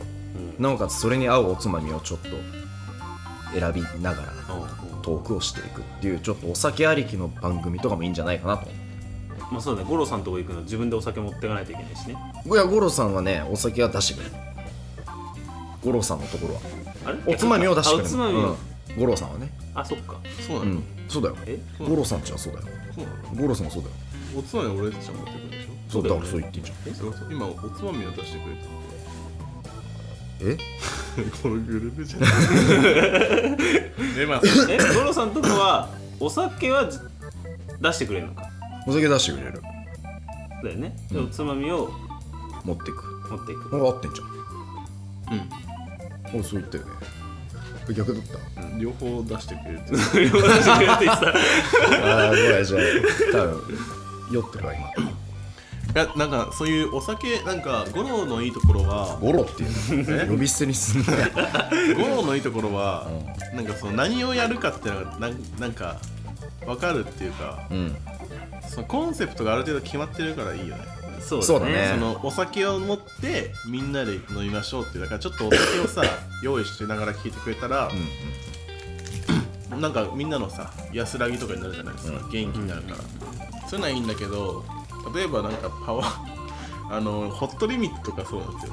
S2: なおかつそれに合うおつまみをちょっと選びながら
S4: おー
S2: トークをしていくっていうちょっとお酒ありきの番組とかもいいんじゃないかなと
S4: まあそうだね五郎さんのとこ行くのは自分でお酒持っていかないといけないしね
S2: いや五郎さんはねお酒は出してくれる五郎さんのところは
S4: あれ
S2: おつまみを出してく
S4: あ
S2: れ
S4: お
S2: る
S4: つまみ
S2: う
S4: を、
S2: ん五郎さんはね
S4: あそっか
S3: そうな
S2: う
S3: の、
S2: んそうだよ
S4: え
S2: 五郎さんちはそうだよ
S3: そうなの
S2: 五郎さんはそうだよ
S3: おつまみ俺たちは持ってくるでしょ
S2: そう
S4: だ
S2: だ
S4: よ
S2: から
S4: ね
S2: そう言ってんじ
S3: えそうそう今おつまみを出してくれた
S2: ゃんえ
S3: って このグループじゃない えまあ
S4: え五郎さんのとこはお酒はじ出してくれるのか
S2: お酒出してくれる
S4: だよね、でおつまみを
S2: 持ってく
S4: 持っていく
S2: あ合ってんじゃん俺そう言ったよね逆だった
S3: うん両方出してくれる って
S2: ああ、ごめん、じゃあ、多分酔ってるわ、今。
S3: いやなんかそういうお酒なんか五郎のいいところは
S2: ゴロっていうの。呼び捨てにすんな よ。
S3: 五郎のいいところは、なんかその何をやるかっていうのがなんなんか分かるっていうか
S2: うん。
S3: そのコンセプトがある程度決まってるからいいよね
S4: そう
S2: そう
S4: だ
S2: だ
S4: ね
S2: ね
S3: そのお酒を持ってみんなで飲みましょうっていうだからちょっとお酒をさ用意してながら聞いてくれたら、なんかみんなのさ安らぎとかになるじゃないですか、元気になるから、そういうのはいいんだけど例えばなんかパワー あのホットリミットとかそうなんですよ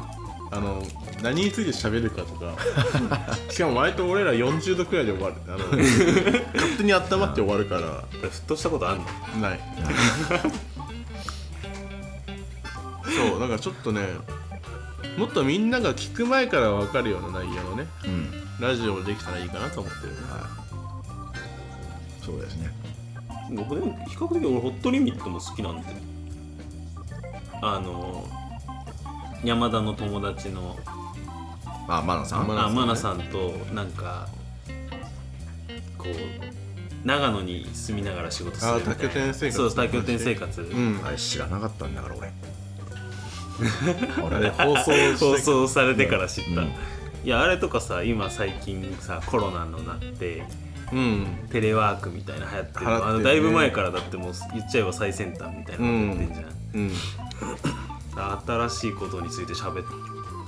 S3: あの何について喋るかと かしかも割と俺ら40度くらいで終わる あの勝手に温まって終わるから
S4: これ沸騰したことあるの
S3: ないそうだからちょっとねもっとみんなが聞く前から分かるような内容のね、ラジオできたらいいかなと思ってる、
S2: そうですね。
S4: 僕でも比較的俺ホットリミットも好きなんであの山田の友達の
S2: あ、マナさん
S3: マナ
S4: あマナさんとなんかこう長野に住みながら仕事するみたいな
S3: あー宅建生活
S4: そう宅拠点生活、
S3: うん
S2: あれ知らなかったんだ から、俺。
S3: あれ放送して
S4: 放送されてから知った、いやあれとかさ今最近さコロナのなって
S3: うん
S4: テレワークみたいな流行ってる
S3: 流行って
S4: あ
S3: るね
S4: のだいぶ前からだってもう言っちゃえば最先端みたいなのやってんじゃん、
S3: うん
S4: 新しいことについて喋って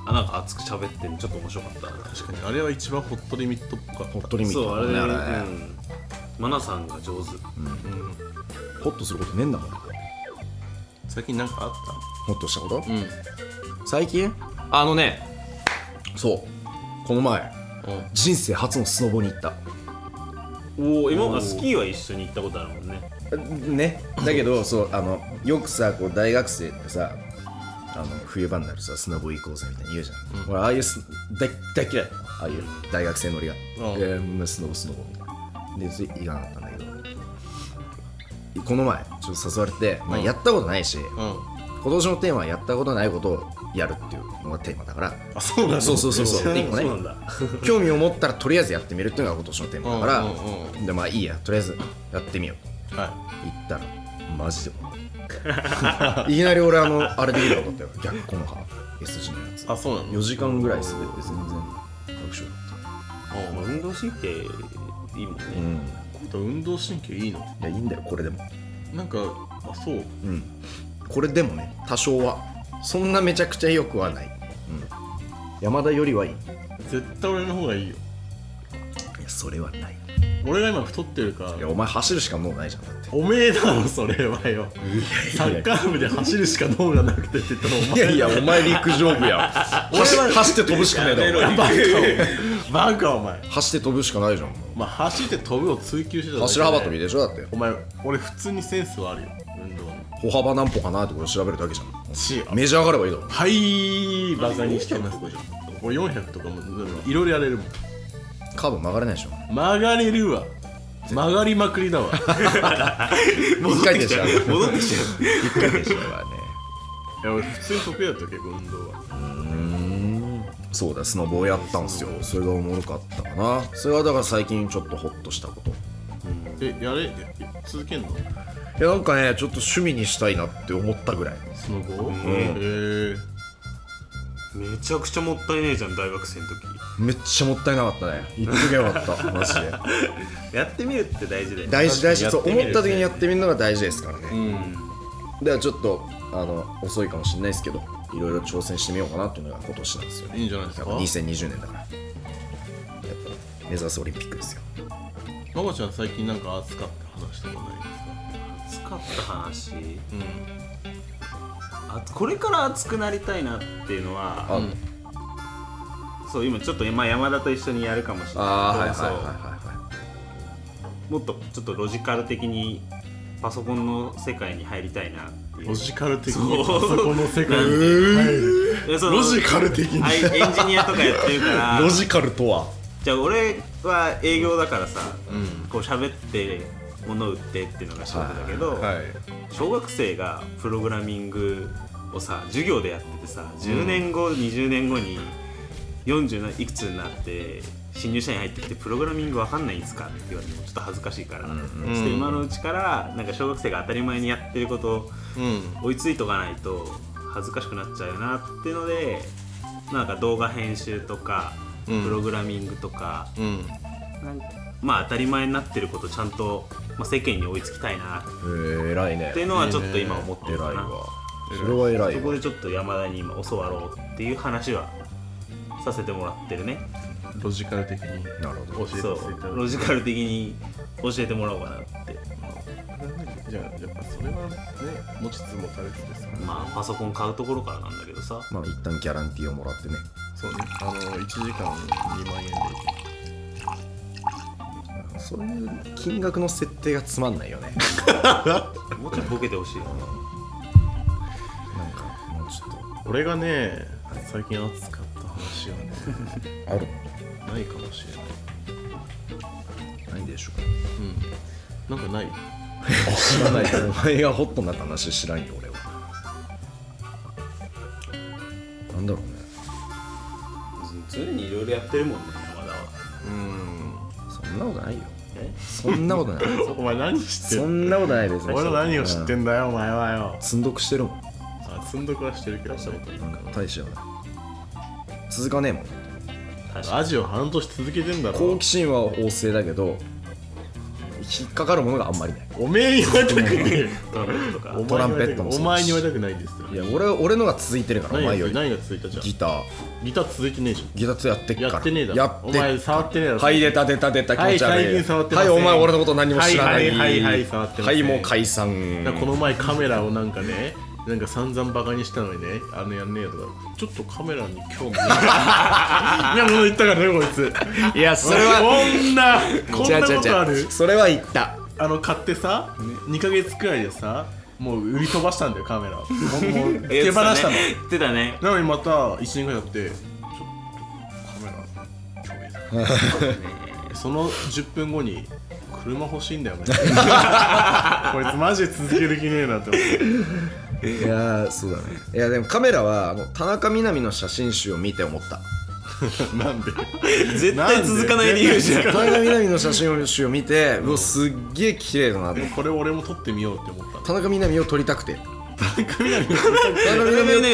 S4: あなんか熱く喋ってんのちょっと面白かったな
S3: 確かにあれは一番ホットリミットっぽかった
S2: ホットリミッ
S4: そ
S2: ト
S4: う
S2: だ
S4: あれ
S2: もん
S4: で、
S2: ね。あ
S4: うん、マナさんが上手
S2: れホッとすることねえんだもん。
S3: 最近なんかあっ
S2: ホッとしたこと
S3: たうん
S2: 最近あのね、そう。この前、人生初のスノボに行った。
S4: おお今はスキーは一緒に行ったことあるもんね
S2: ね、だけど、 そう、あの、よくさ、こう、大学生ってさ、あの冬場になるさスノボ行こうぜみたいに言うじゃん、俺ああいうス大大嫌いああいう大学生ノリが、えーもうスノボスノボみたいなでそれ行かなかったんだけどこの前ちょっと誘われて、まあ、やったことないし、
S3: うん
S2: 今年のテーマはやったことないことをやるっていうのがテーマだ から
S3: あそうなの
S2: そうそうそうそう一個
S4: そう
S2: ね
S4: なんだ
S2: 興味を持ったらとりあえずやってみるっていうのが今年のテーマだから、
S3: うんうんう
S2: でまあいいやとりあえずやってみよう
S3: は
S2: 行ったらマジでもういきなり俺あのあれできるようになかったよ逆この葉 S 字のやつ
S3: いあそうなの
S2: 4時間ぐらい滑って全然楽勝だっ
S4: まあ運動神経いいもんね、
S2: たうん
S3: コウタ運動神経いいの
S2: いやいいんだよこれでも
S3: なんかあそう
S2: うんこれでもね多少はそんなめちゃくちゃ良くはない、うん、山田よりはいいい
S3: 絶対俺の方がいいよ
S2: やそれはない
S3: 俺が今太ってるから
S2: いやお前走るしか脳ないじゃんだって
S3: おめえだろそれはよサッカー部で走るしか脳がなくてって言ったのお
S2: い
S3: 前
S2: やいやお前陸上部や 走走って飛ぶしかねえだろお前
S3: バカお前
S2: 走って飛ぶしかないじゃんも
S3: まあ走って飛ぶを追求してた
S2: う
S3: だけ
S2: 走
S3: で
S2: り幅跳びでしょだって
S3: お前俺普通にセンスはあるよ運動の
S2: 歩幅何歩かなってこと調べるだけじゃん
S3: し
S2: メジャー上がればいいだろ
S3: はいバカにしてます俺400とかもいろいろやれるもん
S2: カーブ曲がれないでしょ
S3: 曲がれるわ曲がりまくりだわ
S2: 一回でしょ
S4: 戻ってきちゃう
S2: 一回でしょはね
S3: いや俺普通に得意だった結構運動は
S2: そうだスノボをやったんですよそれがおもろかったかなそれはだから最近ちょっとホッとしたこと
S3: えやれや続けんの
S2: いやなんかねちょっと趣味にしたいなって思ったぐらい
S3: スノボへえ
S4: めちゃくちゃもったいねえじゃん大学生の時
S2: めっちゃもったいなかったね言っとけばよか ったマジで
S4: やってみるって大事だよね
S2: 大事大事
S4: や
S2: そ
S4: て
S2: う
S4: み
S2: 思
S4: る
S2: った時にやってみるのが大事ですからね、
S4: うん
S2: ではちょっとあの遅いかもしれないですけどいろいろ挑戦してみようかなっていうのが今年なんですよね
S3: いいんじゃないです
S2: やっ
S3: か
S2: ぱ2020年だからやっぱ目指すオリンピックですよ
S3: ママちゃん最近なんか熱かった話とかないですか
S4: 熱かった話
S3: うん
S4: あこれから熱くなりたいなっていうのは
S2: あ、
S3: ん
S4: そう今ちょっと、まあ、山田と一緒にやるかもしれ
S2: あーは
S4: ないいけど
S2: はいはい
S4: そう
S2: は
S4: もっとちょっとロジカル的にパソコンの世界に入りたいなっていう
S3: ロジカル的
S4: そ
S3: に
S4: う
S3: パソコンの世界に入る
S4: えその
S3: ロジカル的に
S4: あいエンジニアとかやってるか
S2: い
S4: ら
S2: ロジカルとは
S4: じゃあ俺は営業だからさ、こう喋って物売ってっていうのが仕事だけど、小学生がプログラミングをさ授業でやっててさ10年後、20年後に40いくつになって新入社員入ってきてプログラミングわかんないんですかって言われてもちょっと恥ずかしいから、そして今のうちからなんか小学生が当たり前にやってることを
S3: うん
S4: 追いついとかないと恥ずかしくなっちゃうなっていうのでなんか動画編集とか
S3: うん
S4: プログラミングとか、
S3: うん
S4: なんかまあ当たり前になってることちゃんと、まあ、世間に追いつきたいな
S2: へえ偉いね
S4: っていうのはちょっと今思っ
S2: 偉
S4: て
S2: い
S4: るかな、
S2: わそれは偉い
S4: そこ
S2: わ
S4: でちょっと山田に今教わろうっていう話はさせてもらってるね
S3: ロジカル的に
S2: なるほ
S3: 教え
S2: ど
S3: ていた
S4: そ
S3: だいう
S4: ロジカル的に教えてもらおうかなって
S3: てじゃあやっぱそれはね持ちつ持たれつですからね
S4: まあパソコン買うところからなんだけどさ
S2: まあ一旦ギャランティーをもらってね
S3: そうねあの1時間2万円で
S2: そういう金額の設定がつまんないよね
S4: もうちょっとボケてほしいよ
S2: なんかもうちょっ
S3: 俺がね最近熱かった話はね
S2: とある
S3: ないかもしれない
S2: のないでしょ
S3: なんかない
S2: 知らないけどお前がホットになった話知らんよ俺はなんだろうね
S4: 常にいろいろやってるもんね山田は
S2: そんなことないよ
S4: え
S2: そんなことない
S3: お前何し て
S2: そ
S3: んの
S2: んなことない別に
S3: 俺の何を知って
S2: うん
S3: んだよお前はよ
S2: 積んどくしてるもん
S3: あ積んどくはしてるけど
S2: うん大しやない続かねえもん
S3: ラジオ半年続けてんだ
S2: 好
S3: ろ
S2: 奇心は旺盛だけど引っかかるものがあんまりない
S3: おめえに言われたくねえよ
S4: トラブルとか
S3: お 前に言われたく
S2: トランペットもそうだし
S3: お前に言われたくないですよ
S2: いや俺は俺のが続いてるからお
S3: 何が
S2: 前より
S3: 何が続いたじゃん
S2: ギター
S3: ギター続いてねえじ
S2: ギターとやってっ
S3: ゃ
S2: か
S3: ん
S2: ら
S3: やってねえだろ
S2: やって
S3: お
S2: っ
S3: 前触ってねえだろ
S2: はい出た出た出た気持ち悪い
S3: はい最近触ってま
S2: は
S3: せ
S2: い
S3: ん
S2: お前俺のこと何も知らない
S3: はいはいはいはい触ってません
S2: はいもう解散
S3: だからこの前カメラをなんかねなんか散々バカにしたのにねあのやんねえよとかちょっとカメラに興味 ないいやもう言ったからねこいつ
S2: いやそ
S3: こ
S2: れは
S3: んなこんな
S2: 違う違
S3: こ
S2: う違う
S3: とある
S2: それは言った
S3: あの買ってさ2ヶ月くらいでさもう売り飛ばしたんだよカメラをもう 手放したの
S4: 言ってたね
S3: なのにまた1年ぐらい経ってちょっとカメラ興味ない その10分後に車欲しいんだ よねこいつマジで続ける気ねえなって思って
S2: いやーそうだねいやでもカメラはあの田中みな実の写真集を見て思った
S3: なんで
S4: 絶対続かない理由じゃん
S2: 田中みな実の写真集を見てうわすっげえ綺麗だなと
S3: これ俺も撮ってみようって思ったの
S2: 田中みな実を撮りたくて田中みな
S4: み
S2: 実
S4: な実
S2: を
S4: を
S2: 撮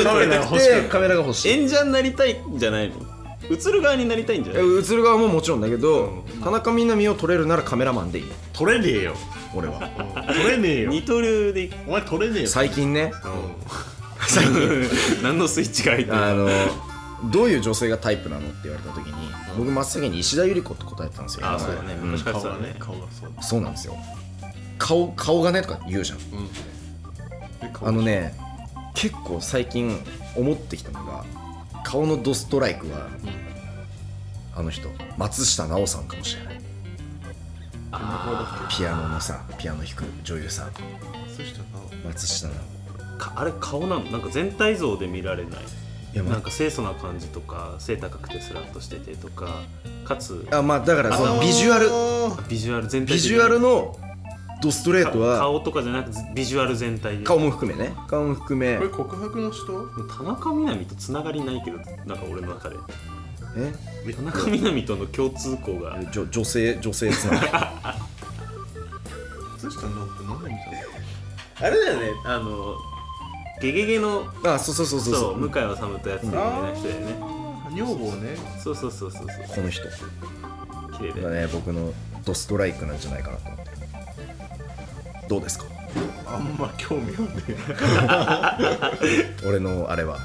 S4: 撮
S2: り
S4: り
S2: た
S4: た
S2: く
S4: く
S2: てカメラが欲しい
S4: 演者になりたいんじゃないの映る側になりたいんじゃない
S2: 映る側ももちろんだけど田中みな実を撮れるならカメラマンでいい
S3: 撮れねえよ
S2: 俺は
S3: 撮れねえよ
S4: 二刀流でいく
S3: お前撮れねえよ
S2: 最近ね
S4: 最近 何のスイッチが入ってる
S2: あのどういう女性がタイプなのって言われた時に僕真っ先に石田ゆり子って答えてたんですよ
S4: あそうだね
S2: はい
S4: 昔から
S3: 顔
S4: そう
S3: が
S4: だ
S3: ね
S4: ね
S3: 顔がそうだ
S2: そうなんですよ顔顔がねとか言うじゃん
S3: で顔
S2: あのね結構最近思ってきたのが顔のドストライクは、あの人松下奈緒さんかもしれないピアノのさピアノ弾く女優さん
S3: そうしたな
S2: 松下奈
S4: かあれ顔なのなんか全体像で見られない
S2: 緒いや
S4: なん
S2: ま
S4: か清楚な感じとか背高くてスラッとしててとかかつ
S2: ああまあだからそのビジュアル
S4: ビジュアル全体的に
S2: ビジュアルのドストレート
S4: か
S2: は
S4: 顔とかじゃなくビジュアル全体で
S2: 顔も含めね顔も含め
S3: これ告白の人
S4: 田中みな実とつながりないけどなんか俺の中で
S2: え
S4: 田中みな実との共通項が
S2: じょ女性女性つ ながり
S3: 靴下のって何で見たの
S4: あれだよねあのゲゲゲの
S2: あそうそうそうそう
S4: そう
S2: そう
S4: 向井治とやってる有名な人だよね
S3: 女房ね
S4: そうそうそうそうそ
S2: この人
S4: う綺麗だよ
S2: が
S4: ね
S2: ね僕のドストライクなんじゃないかなと思ってどうですか
S3: あんま興味がねえ
S2: 俺のあれは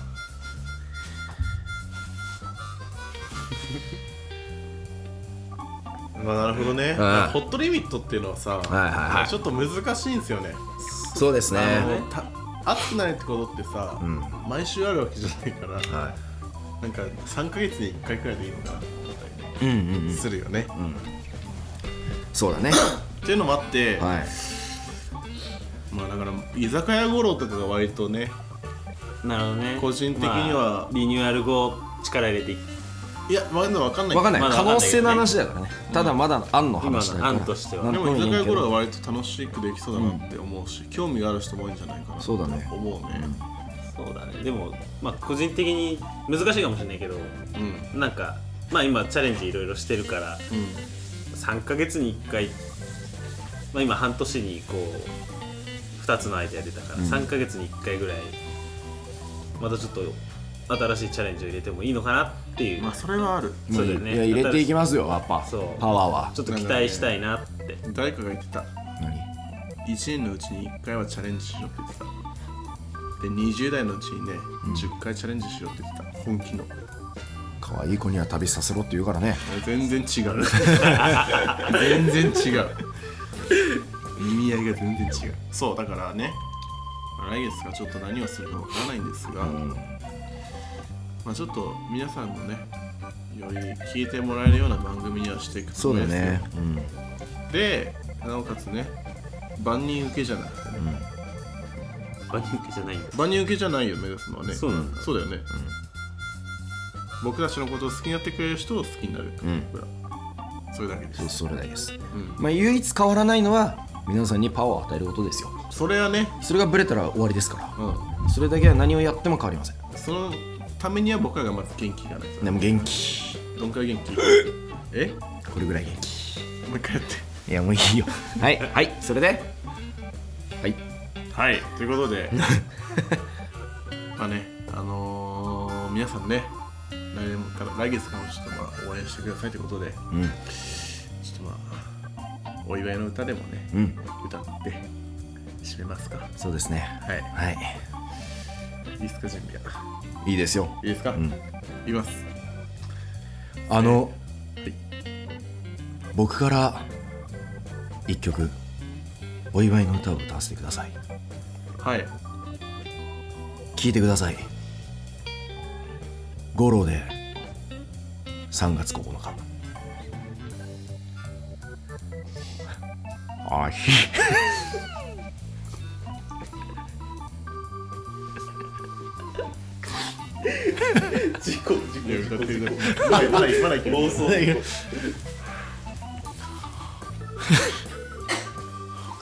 S3: まあなるほどね
S2: うん
S3: ホットリミットっていうのはさ、
S2: はいはい
S3: ちょっと難しいんですよね
S2: そうですね
S3: あのた熱くないってことってさ、
S2: うん
S3: 毎週あるわけじゃないから
S2: は
S3: なんか3ヶ月に1回くらいでいいのかなと思ったりね
S2: いうんうんうん
S3: するよね、
S2: そう だね
S3: っていうのもあって、
S2: はい
S3: まあだから居酒屋五郎とかが割とね
S4: なるほどね
S3: 個人的には
S4: まあリニューアル後力入れてい
S3: いやまだ分かんない
S2: 分かんない
S4: まだ
S2: 可
S4: わかんない
S2: 能性の話だからねただまだ案の話だから
S4: 今の案としては
S2: なん
S3: でも居
S2: も
S3: 酒
S2: 言え
S3: 屋
S2: んけ
S3: 頃は
S2: ど
S3: 割と楽しくできそうだなって思うし、興味がある人も多いんじゃないかな
S2: そうだね
S3: 思うね
S4: そうだねでもまあ個人的に難しいかもしれないけど
S3: うんうん
S4: なんかまあ今チャレンジいろいろしてるから3ヶ月に1回、まあ、今半年にこう2つのアイデア出たから、3ヶ月に1回ぐらいまたちょっと新しいチャレンジを入れてもいいのかなっていう、
S3: まあそれはある
S4: そうだよ
S2: いや
S4: ね
S2: 入れていき
S4: ま
S2: ますよやっぱ
S4: そう
S2: パワーは
S4: ちょっと期待したいなって
S3: 誰かが言ってた1年のうちに1回はチャレンジしろって言ってたで20代のうちにね、10回チャレンジしろって言ってた本気の
S2: 可愛い子には旅させろって言うからね
S3: 全然違 う全然違う意味合いが全然違うそうだからねまあ来月がちょっと何をするかわからないんですが、まあちょっと皆さんのねより聞いてもらえるような番組にはしていくつ
S2: そ
S3: も
S2: う
S3: り
S2: だ
S3: ですよ
S2: ねうん
S3: でなおかつね万人受けじゃなくてね、
S4: バニンクじゃないんだ
S3: 万人受けじゃないよ目指すのはね
S4: そうなんだ
S3: そうだよね、僕たちのことを好きになってくれる人を好きになるから、僕らそれだけです
S2: そうそれだけです
S3: ん
S2: まあ唯一変わらないのは皆さんにパワーを与えることですよ
S3: それはね、
S2: それがブレたら終わりですか
S3: うん、
S2: らそれだけは何をやっても変わりません
S3: そのためには僕らがまず元気がないと
S2: でも元気
S3: どんくらい元気え
S2: これぐらい元気
S3: もう一回やって
S2: いやもういい よはいはいそれではい
S3: はいということで まあねあのー、皆さんね来年から来月からもちょっとまあ応援してくださいということで、ちょっとまあお祝いの歌でもね、
S2: うん
S3: 歌って締めますかは
S2: そうですね
S3: い
S2: はい
S3: いいですか準備が
S2: いいですよ
S3: いいですか、
S2: ん
S3: いきます
S2: あの、僕から一曲お祝いの歌を歌わせてください
S3: はい
S2: 聴いてください五郎で3月9日あひ
S3: いや歌ってるだけまだまだまだいける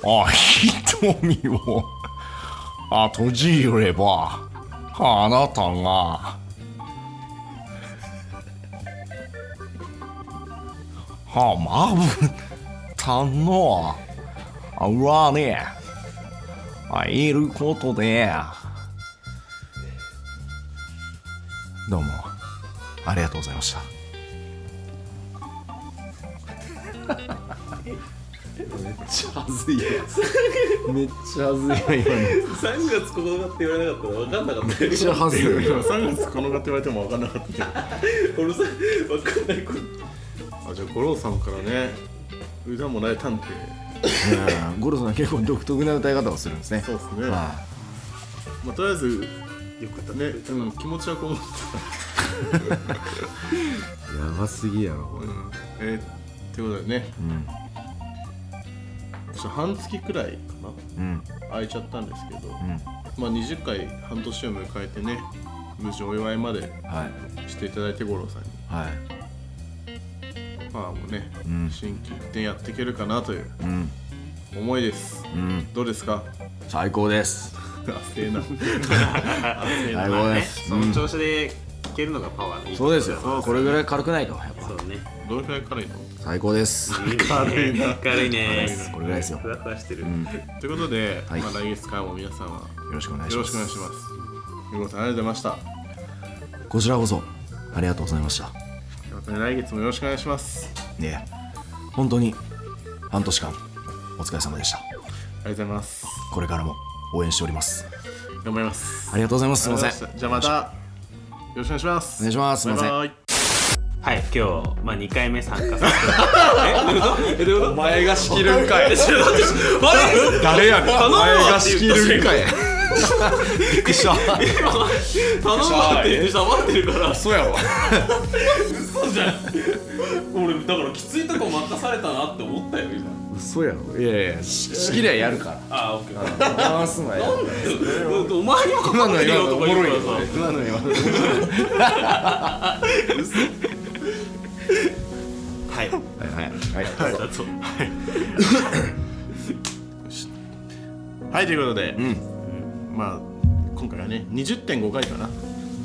S7: あ、瞳を、あ、閉じれば、あなたが、あ、まぶたの裏に、あいることで、どうも、ありがとうございました。
S2: めっちゃはずいわ今のめっ
S4: 3月9日って言われなかったら分かんなかったよ
S2: ちゃはずいわ
S3: 今3月この方って言われても分かんなかったけど
S4: 俺さ分かんないこと
S3: あじゃあ五郎さんからね歌もらえたんで
S2: うん五郎さんは結構独特な歌い方をするんですね
S3: そうですねま
S2: は
S3: あとりあえずよくね、うん、気持ちはこう、
S2: いやばすぎやろ
S3: うん、えー、ってことでね、ちょっと半月くらいか
S2: うん
S3: な空いちゃったんですけど、まあ20回半年を迎えてね無事お祝いまで
S2: はい
S3: していただいて五郎さんに
S2: はい
S3: まあもうね、
S2: ん
S3: 新規一点やっていけるかなという
S2: うん
S3: 思いです、
S2: うん
S3: どうですか
S2: 最高です
S3: あせえな
S2: 最高です
S4: その調子で弾けるのがパワーのいいと
S2: そ
S4: こ
S2: う
S4: ろ
S2: ですよこれぐらい軽くないとやっぱ
S4: そうね
S3: どれくらい軽いの
S2: 最高です
S4: 軽いね軽いね
S2: これぐらいですよ
S4: ふわふわしてる
S3: ということで、
S2: はい
S3: まあ、来月からも皆さんは
S2: よろしくお願いし
S3: よ
S2: ま
S3: ろしく
S2: す
S3: お願いしますゆうごさんありがとうございました
S2: こちらこそありがとうございました
S3: またね来月もよろしくお願いします
S2: ね本当に半年間お疲れ様でした
S3: ありがとうございます
S2: これからも応援しております
S3: 頑張ります
S2: ありがとうございますすいません
S3: ありがとうございましたじゃあまたよろしくお願いします
S2: お願いしますすいません
S3: バイバイ
S4: はい今日まあ2回目参加させてえどういうことお前が仕切るんかい
S2: 誰やねん
S4: 頼むわって言った
S2: るんかいびっくりした
S4: 頼むわって言って黙ってるから
S2: そうやわ
S4: そうじゃん俺だからきついとこ任されたなって思ったよ今
S2: そうやろいやいやし仕切りゃやるから
S4: あーオッケー
S2: 回すなよ
S4: お前にもか
S2: 今
S4: かっ
S2: の
S4: てる
S2: 今
S4: よ
S2: の
S4: と
S2: おも
S4: か言う
S2: ろ
S4: か
S2: い
S4: ら
S2: よ
S4: さ
S2: 今の今の
S4: はい
S2: はい
S4: だと
S3: はいということで、
S2: ん
S3: まあ今回はね20.5回かな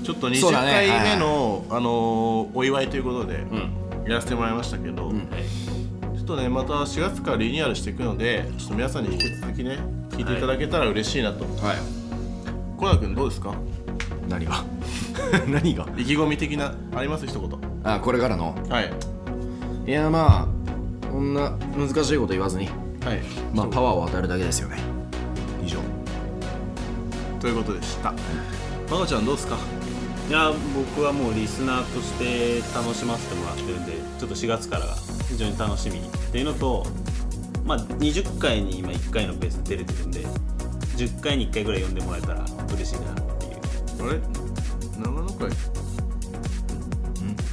S3: ちょっと
S2: そ
S3: 20
S2: うだね
S3: 回目の、あのーお祝いということで、やらせてもらいましたけど、ちょっとねまた4月からリニューアルしていくのでちょっと皆さんに引き続きね聞いていただけたら嬉しいなと、
S2: はい
S3: コナン君どうですか
S2: 何が 何が
S3: 意気込み的なあります一言
S2: あこれからの
S3: はい
S2: いやまあこんな難しいこと言わずに
S3: はい
S2: まあパワーを与えるだけですよね以上
S3: ということでしたまこちゃんどうですか
S4: いや僕はもうリスナーとして楽しませてもらってるんでちょっと4月からが非常に楽しみっていうのと、まあ、20回に今1回のペースで出れてるんで10回に1回ぐらい読んでもらえたら嬉しいなっていう、ま
S3: あれ長野会
S4: あ、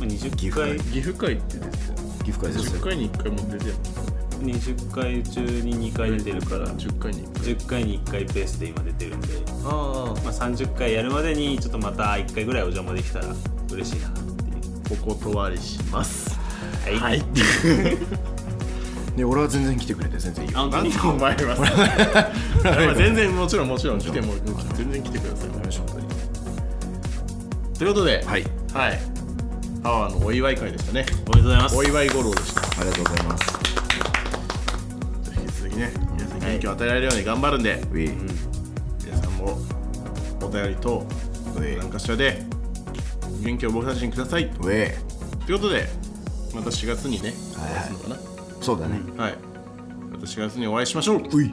S4: 20回
S3: 岐阜会ってですよ
S2: 岐阜会です
S3: 10回に1回も出てる
S4: 20回中に2回出てるから
S3: 10回に1回
S4: 10回に1回ペースで今出てるんで、
S3: ああ
S4: まあ、30回やるまでにちょっとまた1回ぐらいお邪魔できたら嬉しいなって
S3: お断りします。
S4: いう はい、はい、
S2: で俺は全然来てくれて全然いいよ
S4: あ
S3: なんでお前 はさ全然もちろんもちろん来ても全然来てください。ということで、はい、はい、パワーのお祝い会でしたね。
S4: おめでとうございます
S3: お祝い五郎でした。
S2: ありがとうございます
S3: 引き続きね、皆さんに元気を与えられるように頑張るんで、
S2: ウィ
S3: 皆さんもお便りと何かしらで元気を僕たちにください。
S2: ウェイ
S3: ということで、また4月にね、お会いするのか
S2: そうだね
S3: な。はい、また4月にお会いしましょう。
S2: ウィ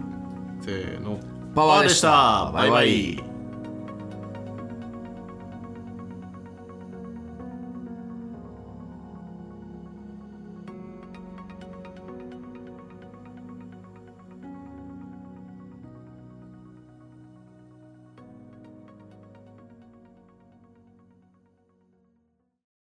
S3: せーの、
S2: パワーでした
S3: パワーでしたバイバイ